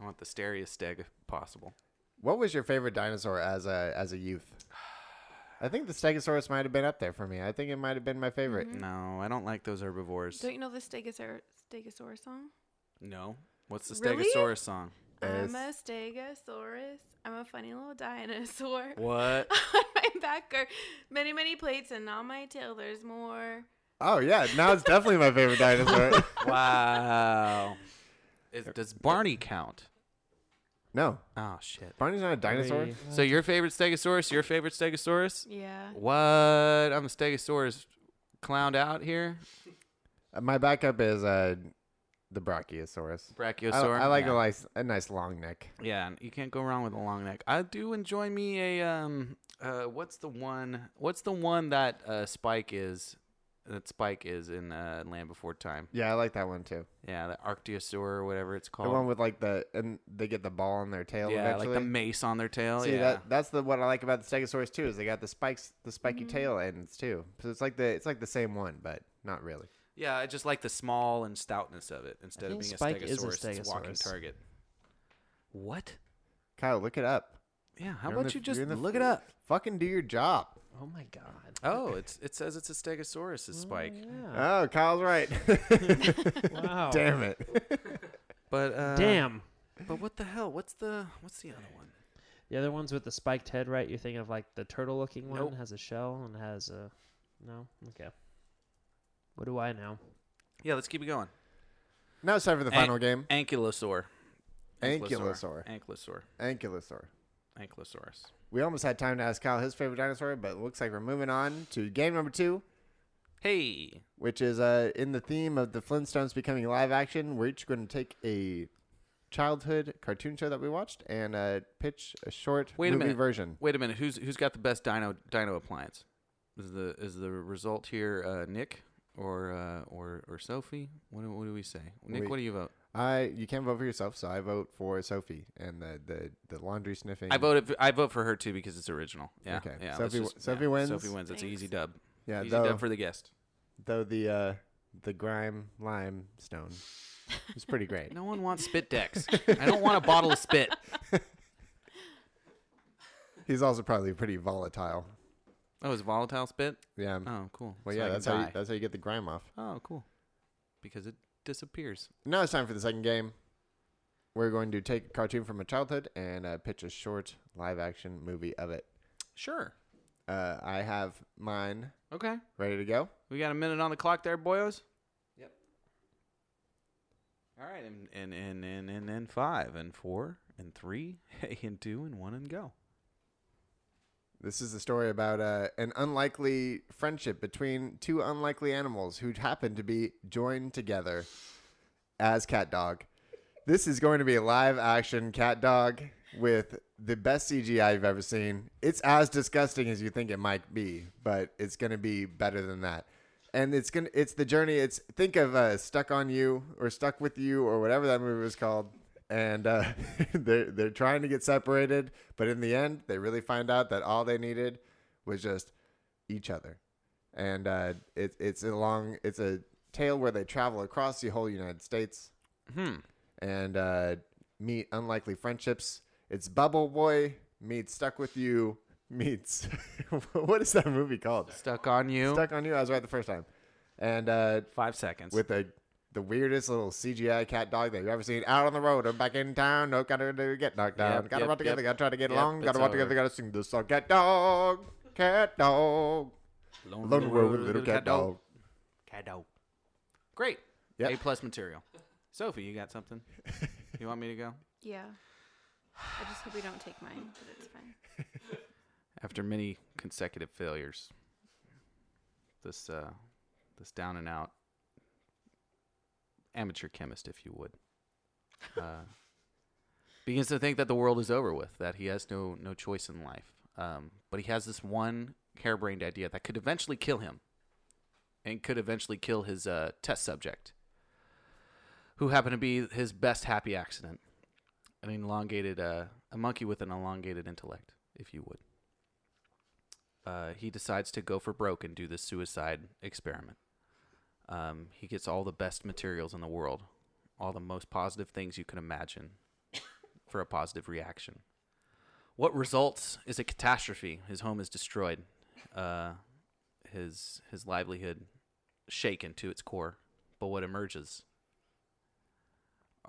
I want the steriest steg possible.
What was your favorite dinosaur as a as a youth? I think the Stegosaurus might have been up there for me. I think it might have been my favorite.
Mm-hmm. No, I don't like those herbivores.
Mm. Don't you know the Stegosaur, Stegosaurus song?
No. What's the
Really?
Stegosaurus song?
I'm a
Yes.
stegosaurus. I'm a funny little dinosaur.
What?
on my back are many, many plates, and on my tail there's more.
Oh yeah, now it's definitely my favorite dinosaur.
wow. Is, does Barney count?
no,
Oh shit.
Barney's not a dinosaur.
Three. Uh,
So your favorite Stegosaurus? Your favorite Stegosaurus?
Yeah.
What? I'm a Stegosaurus clowned out here.
Uh, My backup is uh, the Brachiosaurus. I,
Brachiosaur.
I like
yeah.
a nice a nice long neck.
Yeah, and you can't go wrong with a long neck. I do enjoy me a um uh what's the one what's the one that uh Spike is that Spike is in uh Land Before Time.
Yeah, I like that one too.
Yeah, the Arctiosaur or whatever it's called.
The one with like the and they get the ball on their tail
yeah,
eventually.
like the mace on their tail.
See
yeah.
that that's the what I like about the Stegosaurus too is they got the spikes the spiky tail ends too. So it's like the it's like the same one, but not really.
yeah, I just like the small and stoutness of it instead of
think
being
Spike
a
is a
Stegosaurus. It's a walking
Stegosaurus.
target. What?
Kyle, look it up.
Yeah, how
You're in
about
the-
you just
you're in the
look
f-
it up?
Fucking do your job.
Oh my god.
Oh, it's it says it's a Stegosaurus' spike.
Yeah.
Oh, Kyle's right.
wow. Damn.
Damn it.
But uh but what the hell? What's the what's the other one?
The other one's with the spiked head, right? You're thinking of like the turtle looking one
Nope.
has a shell and has a no? Okay. What do I know?
Yeah, let's keep it going.
Now it's time for the final
An-
game.
Ankylosaur.
Ankylosaur.
Ankylosaur.
Ankylosaur.
Ankylosaurus.
We almost had time to ask Kyle his favorite dinosaur, but it looks like we're moving on to game number two,
Hey.
which is uh, in the theme of the Flintstones becoming live action. We're each going to take a childhood cartoon show that we watched and uh, pitch a short
Wait a
movie
minute.
version.
Wait a minute. Who's who's got the best dino dino appliance? Is the is the result here uh, Nick or uh, or or Sophie? What do, what do we say? Nick,
Wait.
what do you vote?
I you can't vote for yourself, so I vote for Sophie and the the, the laundry sniffing.
I voted. For, I vote for her too because it's original. Yeah.
Okay.
Yeah. let's
Sophie w- Sophie wins?
Sophie wins. It's an easy dub.
Yeah,
Easy
though-
dub for the guest.
though the uh, the grime lime stone was pretty great.
No one wants spit decks. I don't want a bottle of spit.
He's also probably pretty volatile.
Oh, is volatile spit?
Yeah.
Oh, cool.
well,
So I
yeah,
can
that's how you,
die.
that's how you get the grime off.
Oh, cool. Because it disappears.
Now it's time for the second game. We're going to take a cartoon from a childhood and uh, pitch a short live action movie of it.
Sure.
Uh, I have mine
Okay.
ready to go.
We got a minute on the clock there, boyos. Yep. All right, and and and and and, and five and four and three and two and one and go.
This is a story about uh, an unlikely friendship between two unlikely animals who happen to be joined together as cat dog. This is going to be a live action cat dog with the best CGI you've ever seen. It's as disgusting as you think it might be, but it's going to be better than that. And it's gonna it's the journey. It's think of uh, stuck on you or stuck with you or whatever that movie was called. And uh, they're they're trying to get separated, but in the end, they really find out that all they needed was just each other. And uh, it, it's a long it's a tale where they travel across the whole United States
Hmm.
and uh, meet unlikely friendships. It's Bubble Boy meets Stuck with You meets what is that movie called?
Stuck on you.
Stuck on You. I was right the first time. And uh,
Five seconds.
with a the weirdest little CGI cat dog that you've ever seen out on the road or back in town. No, gotta do- get knocked down.
Yep,
gotta
yep,
run together.
yep.
Gotta try to get
Yep,
along. Gotta
it's
run together.
over.
Gotta sing this song. Cat dog, cat dog, alone in the world with a little cat dog.
Cat dog. Great.
Yep.
A plus material. Sophie, you got something? you want me to go?
Yeah. I just hope we don't take mine, but it's fine.
After many consecutive failures, this uh, this down and out amateur chemist, if you would, uh, begins to think that the world is over with, that he has no no choice in life. Um, but he has this one harebrained idea that could eventually kill him, and could eventually kill his uh, test subject, who happened to be his best happy accident, an elongated uh, a monkey with an elongated intellect, if you would. Uh, he decides to go for broke and do this suicide experiment. Um, he gets all the best materials in the world, all the most positive things you can imagine for a positive reaction. What results is a catastrophe. His home is destroyed, uh, his his livelihood shaken to its core. But what emerges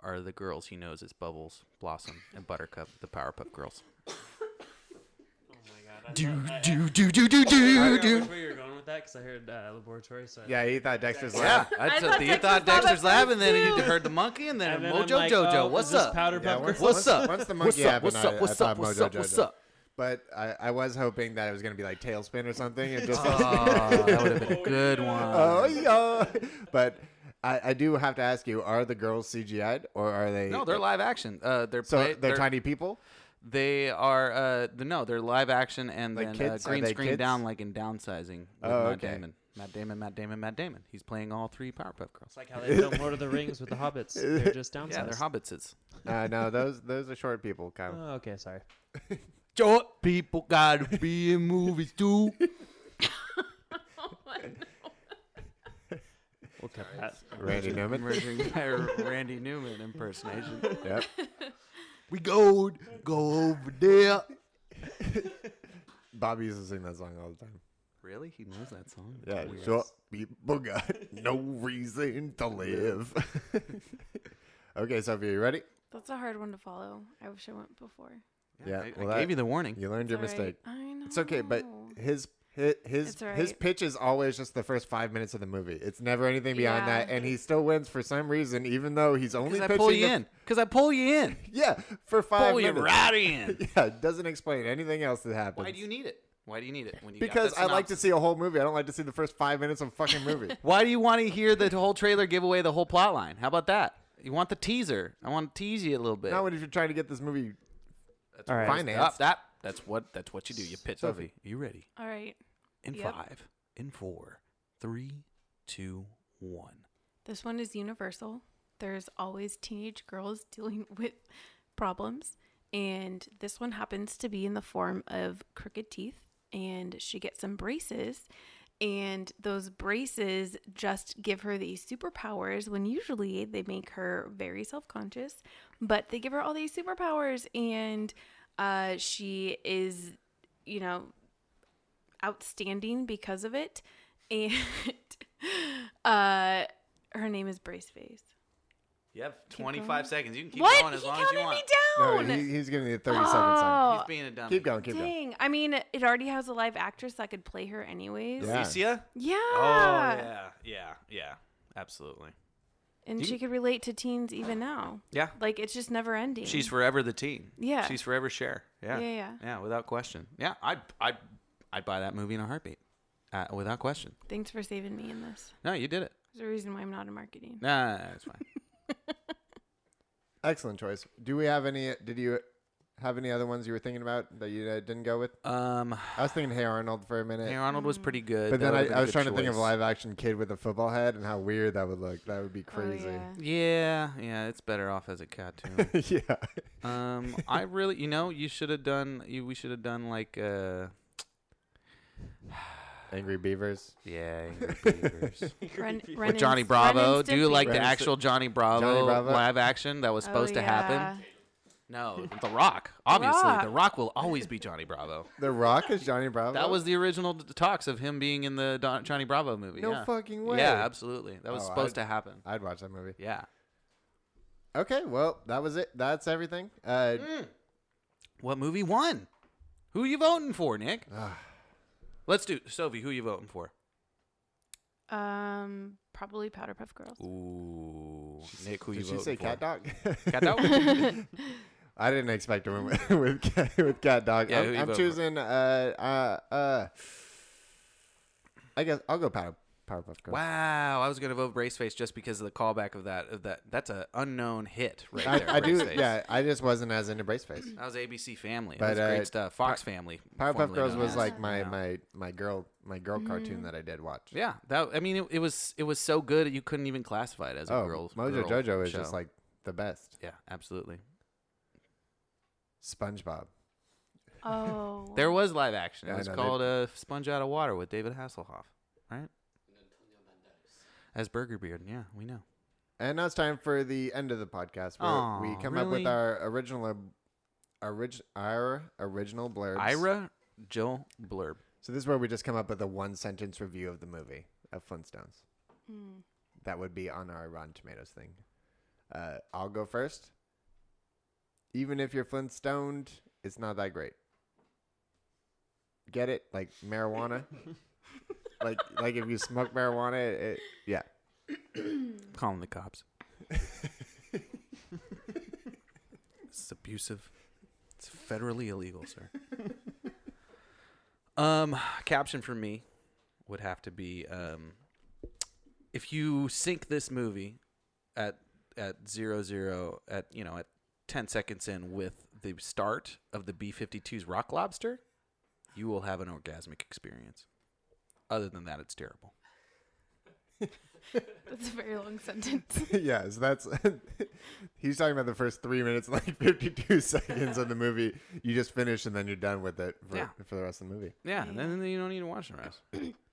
are the girls he knows as Bubbles, Blossom, and Buttercup, the Powerpuff Girls.
Do do do do do
I
do.
where you were going with that because I heard uh, laboratory. So I-
Yeah, he thought Dexter's
Yeah,
laugh.
I
I
thought
thought
you
Dexter's
thought
Lab
Dexter's
at
Lab, and then
first,
you
too.
heard the monkey, and then,
And then I'm
Mojo
like,
Jojo.
oh, is
what's
this
up?
Powder
Yeah,
Puff
once-
Girls?
What's up?
Once the
What's
monkey
up?
happened,
What's up?
I,
What's
I
up?
thought
What's
Mojo
up? What's
Jojo.
up?
But I, I was hoping that it was going to be like Tailspin or something. It just
Oh, that would have been a good one.
oh yeah. But I, I do have to ask you: Are the girls CGI'd or are they?
no, they're live action. Uh, they're
So
play-
they're, tiny people.
They are uh, th- no, they're live action and
Like
then uh,
kids? Are
green
they
screen
kids?
down, like in downsizing. With
Oh,
Matt
okay.
Damon. Matt Damon, Matt Damon, Matt Damon. He's playing all three Powerpuff Girls.
It's like how they filmed Lord of the Rings with the hobbits. They're just downsized.
yeah, they're hobbitses.
Uh, no, those those are short people, Kyle.
Oh, okay, sorry.
Short people gotta be in movies too.
We'll cut that.
Randy Newman.
Emerging by Randy Newman impersonation.
yep.
We go, go over there.
Bobby used to sing that song all the time.
Really? He knows that song?
Yeah,
Weird.
short people got no reason to live. okay, Sophie, you ready?
That's a hard one to follow. I wish I went before.
I,
Yeah,
I
well, that-
gave you the warning.
You learned your
It's all right.
mistake.
I know.
It's okay, but his his his,
It's all
his
right.
pitch is always just the first five minutes of the movie. It's never anything beyond
Yeah.
that, and he still wins for some reason, even though he's only
Because I
pitching
pull you
the-
in. Because I pull you in.
Yeah, for five
Pull you
minutes.
right in.
Yeah, it doesn't explain anything else that happens.
Why do you need it? Why do you need it? When you got
Because
that
I like to
synopsis?
see a whole movie. I don't like to see the first five minutes of a fucking movie.
Why do you want to hear the whole trailer give away the whole plot line? How about that? You want the teaser. I want to tease you a little bit.
Not when you're trying to get this movie.
that's
All right.
Up,
financed.
that, that's what that's what you do. You pitch.
Sophie.
Sophie, you ready?
All right.
In
Yep.
five, in four, three, two, one.
This one is universal. There's always teenage girls dealing with problems. And this one happens to be in the form of crooked teeth. And she gets some braces. And those braces just give her these superpowers when usually they make her very self conscious. But they give her all these superpowers. And uh, she is, you know, outstanding because of it. And uh, her name is Braceface.
You have 25 seconds. You can keep
what?
going as
he
long as
counted
you want.
No,
me down.
he, he's giving you a 30 second sign.
oh,
He's being a dummy.
Keep going, keep going.
dang. I mean, it already has a live actress that could play her anyways.
Yeah.
Alicia?
Yeah.
Oh, yeah. Yeah. Yeah. Absolutely.
And
You-
she could relate to teens even now.
Yeah.
Like it's just never ending.
She's forever the teen.
Yeah.
She's forever Cher. Yeah.
Yeah, yeah.
Yeah, without question. Yeah, I'd, I'd, I'd buy that movie in a heartbeat. Uh, without question.
Thanks for saving me in this.
No, you did it.
There's a reason why I'm not in marketing.
Nah, that's fine.
Excellent choice. Do we have any? Did you have any other ones you were thinking about that you uh, didn't go with?
Um,
I was thinking Hey Arnold for a minute.
Hey Arnold was pretty good.
but
That
then
would've been
I, I was
good
trying to think of a
choice.
live action kid with a football head and how weird that would look. That would be crazy.
Oh, yeah.
Oh, Yeah, yeah, it's better off as a cartoon.
yeah.
um, I really, you know, you should have done. You, we should have done like, uh,
Angry Beavers.
yeah, Angry Beavers.
Ren,
with Johnny Bravo. Do you like the
Ren and Stimpy.
actual Johnny Bravo,
Johnny Bravo?
live action
Oh,
that was supposed to happen? No, The Rock. Obviously, The Rock will always be Johnny Bravo.
The Rock is Johnny Bravo.
That was the original d- talks of him being in the Don- Johnny Bravo movie.
No
yeah.
fucking way.
Yeah, absolutely. That was
Oh,
supposed to
I'd-
happen.
I'd watch that movie.
Yeah.
Okay, well, that was it. That's everything. Uh,
What movie won? Who you voting for, Nick? Let's do Sophie. Who you voting for?
Um, probably Powderpuff Girls.
Ooh, Nick. Who you
Did she
voting
say
for?
cat dog?
Cat dog.
I didn't expect a win with with cat, with cat dog.
Yeah, who
I'm,
you
I'm
voting for?
choosing. Uh, uh, uh, I guess I'll go Power Powerpuff Girls.
wow, I was gonna vote Braceface just because of the callback of that. Of that, that's an unknown hit right
I,
there.
I do.
Braceface.
Yeah, I just wasn't as into Braceface.
That was ABC Family. That
But,
was
uh,
great stuff. Fox Family.
Powerpuff
Mm-hmm. formerly
Girls
known
was
as.
like my
Yeah.
my my girl my girl
Mm-hmm.
cartoon that I did watch.
Yeah, that. I mean, it, it was it was so good you couldn't even classify it as a
Oh,
girl.
Mojo
girl
Jojo is
show.
just like the best.
Yeah, absolutely.
SpongeBob.
Oh.
There was live action. It
Yeah, I
was
know, they-
called uh, "Sponge Out of Water" with David Hasselhoff, right? As Burger Beard, yeah, we know.
And now it's time for the end of the podcast where we
Aw,
come up with
really?
our original ob- orig- our original blurbs.
Ira Joe Blurb.
So this is where we just come up with a one sentence review of the movie of Flintstones.
Hmm.
That would be on our Rotten Tomatoes thing. Uh, I'll go first. Even if you're Flintstoned, it's not that great. Get it? Like marijuana? like like if you smoke marijuana, it, yeah.
Calling the cops. this is abusive. It's federally illegal, sir. um, caption for me would have to be um, if you sync this movie at at zero zero at you know at ten seconds in with the start of the B 52s Rock Lobster, you will have an orgasmic experience. Other than that, it's terrible.
That's a very long sentence.
yeah, so that's he's talking about the first three minutes, and like fifty-two seconds of the movie. You just finish and then you're done with it for,
Yeah.
for the rest of the movie.
Yeah, and then you don't need to watch the rest. Mm.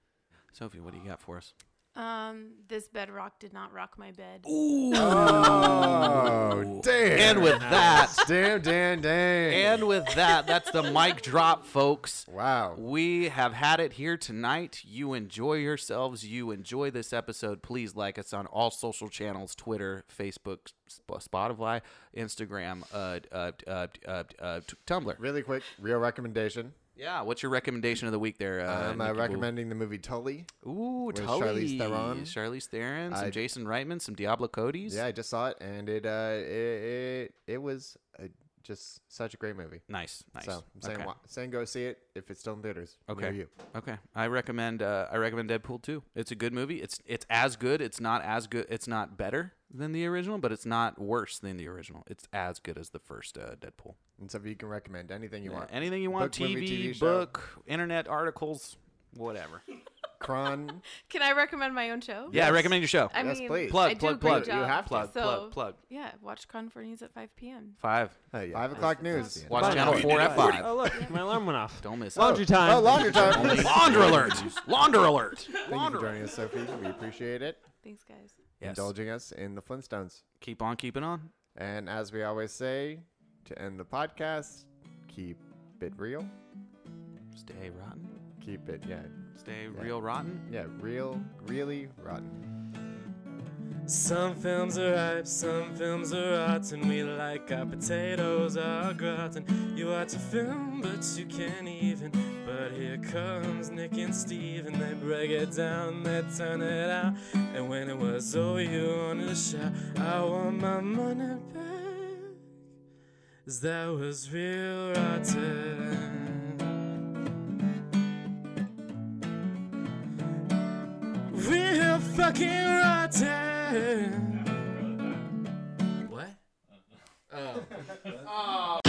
Sophie, what do you got for us?
Um, this bed rock did not rock my bed.
Oh damn!
And with that,
damn, damn, damn!
and with that, that's the mic drop, folks.
wow,
We have had it here tonight. You enjoy yourselves. You enjoy this episode. Please like us on all social channels Twitter, Facebook, Sp- Spotify, Instagram, uh, uh, uh, uh, uh, t- Tumblr.
really quick, real recommendation.
Yeah, what's your recommendation of the week there? Uh,
I'm uh,
Nikki Boo?
recommending the movie Tully.
Ooh,
with
Tully.
Charlize Theron.
Charlize Theron, some
I-
Jason Reitman, some Diablo Cody's.
Yeah, I just saw it, and it uh, it it, it was uh just such a great movie.
Nice, nice.
So I'm saying,
okay.
wa- saying go see it if it's still in theaters.
Okay.
Near you.
Okay. I recommend uh, I recommend Deadpool 2. It's a good movie. It's it's as good. It's not as good. It's not better than the original, but it's not worse than the original. It's as good as the first uh, Deadpool.
And so you can recommend anything you want.
Anything you want,
Book,
TV,
movie, TV show.
book, internet articles, whatever.
Kron.
Can I recommend my own show?
Yeah, I recommend your show.
I
Yes,
mean,
please.
Plug,
I do
plug,
a great
plug.
job,
You have to. Plug,
so,
plug, plug.
Yeah, watch Confer News at 5 p.m.
5.
Oh, yeah. Five o'clock news.
Watch
Fine.
channel 4 at 5.
Oh look, my alarm went off.
Don't miss
Laundry
it.
time.
Oh, laundry time. Thank
Launder alert. Launder alert.
you for joining us, Sophie. We appreciate it.
Thanks, guys.
Yes.
Indulging us in the Flintstones.
Keep on keeping on.
And as we always say, to end the podcast, keep it real.
Stay rotten.
Keep it, yeah.
Stay real rotten.
Yeah, real, really rotten.
Some films are ripe, some films are rotten. We like our potatoes au gratin. You watch a film, but you can't even. But here comes Nick and Steve, and they break it down, they turn it out. And when it was over, you wanted to shout, I want my money back. 'Cause that was real rotten. Real fucking rotten. What? Oh.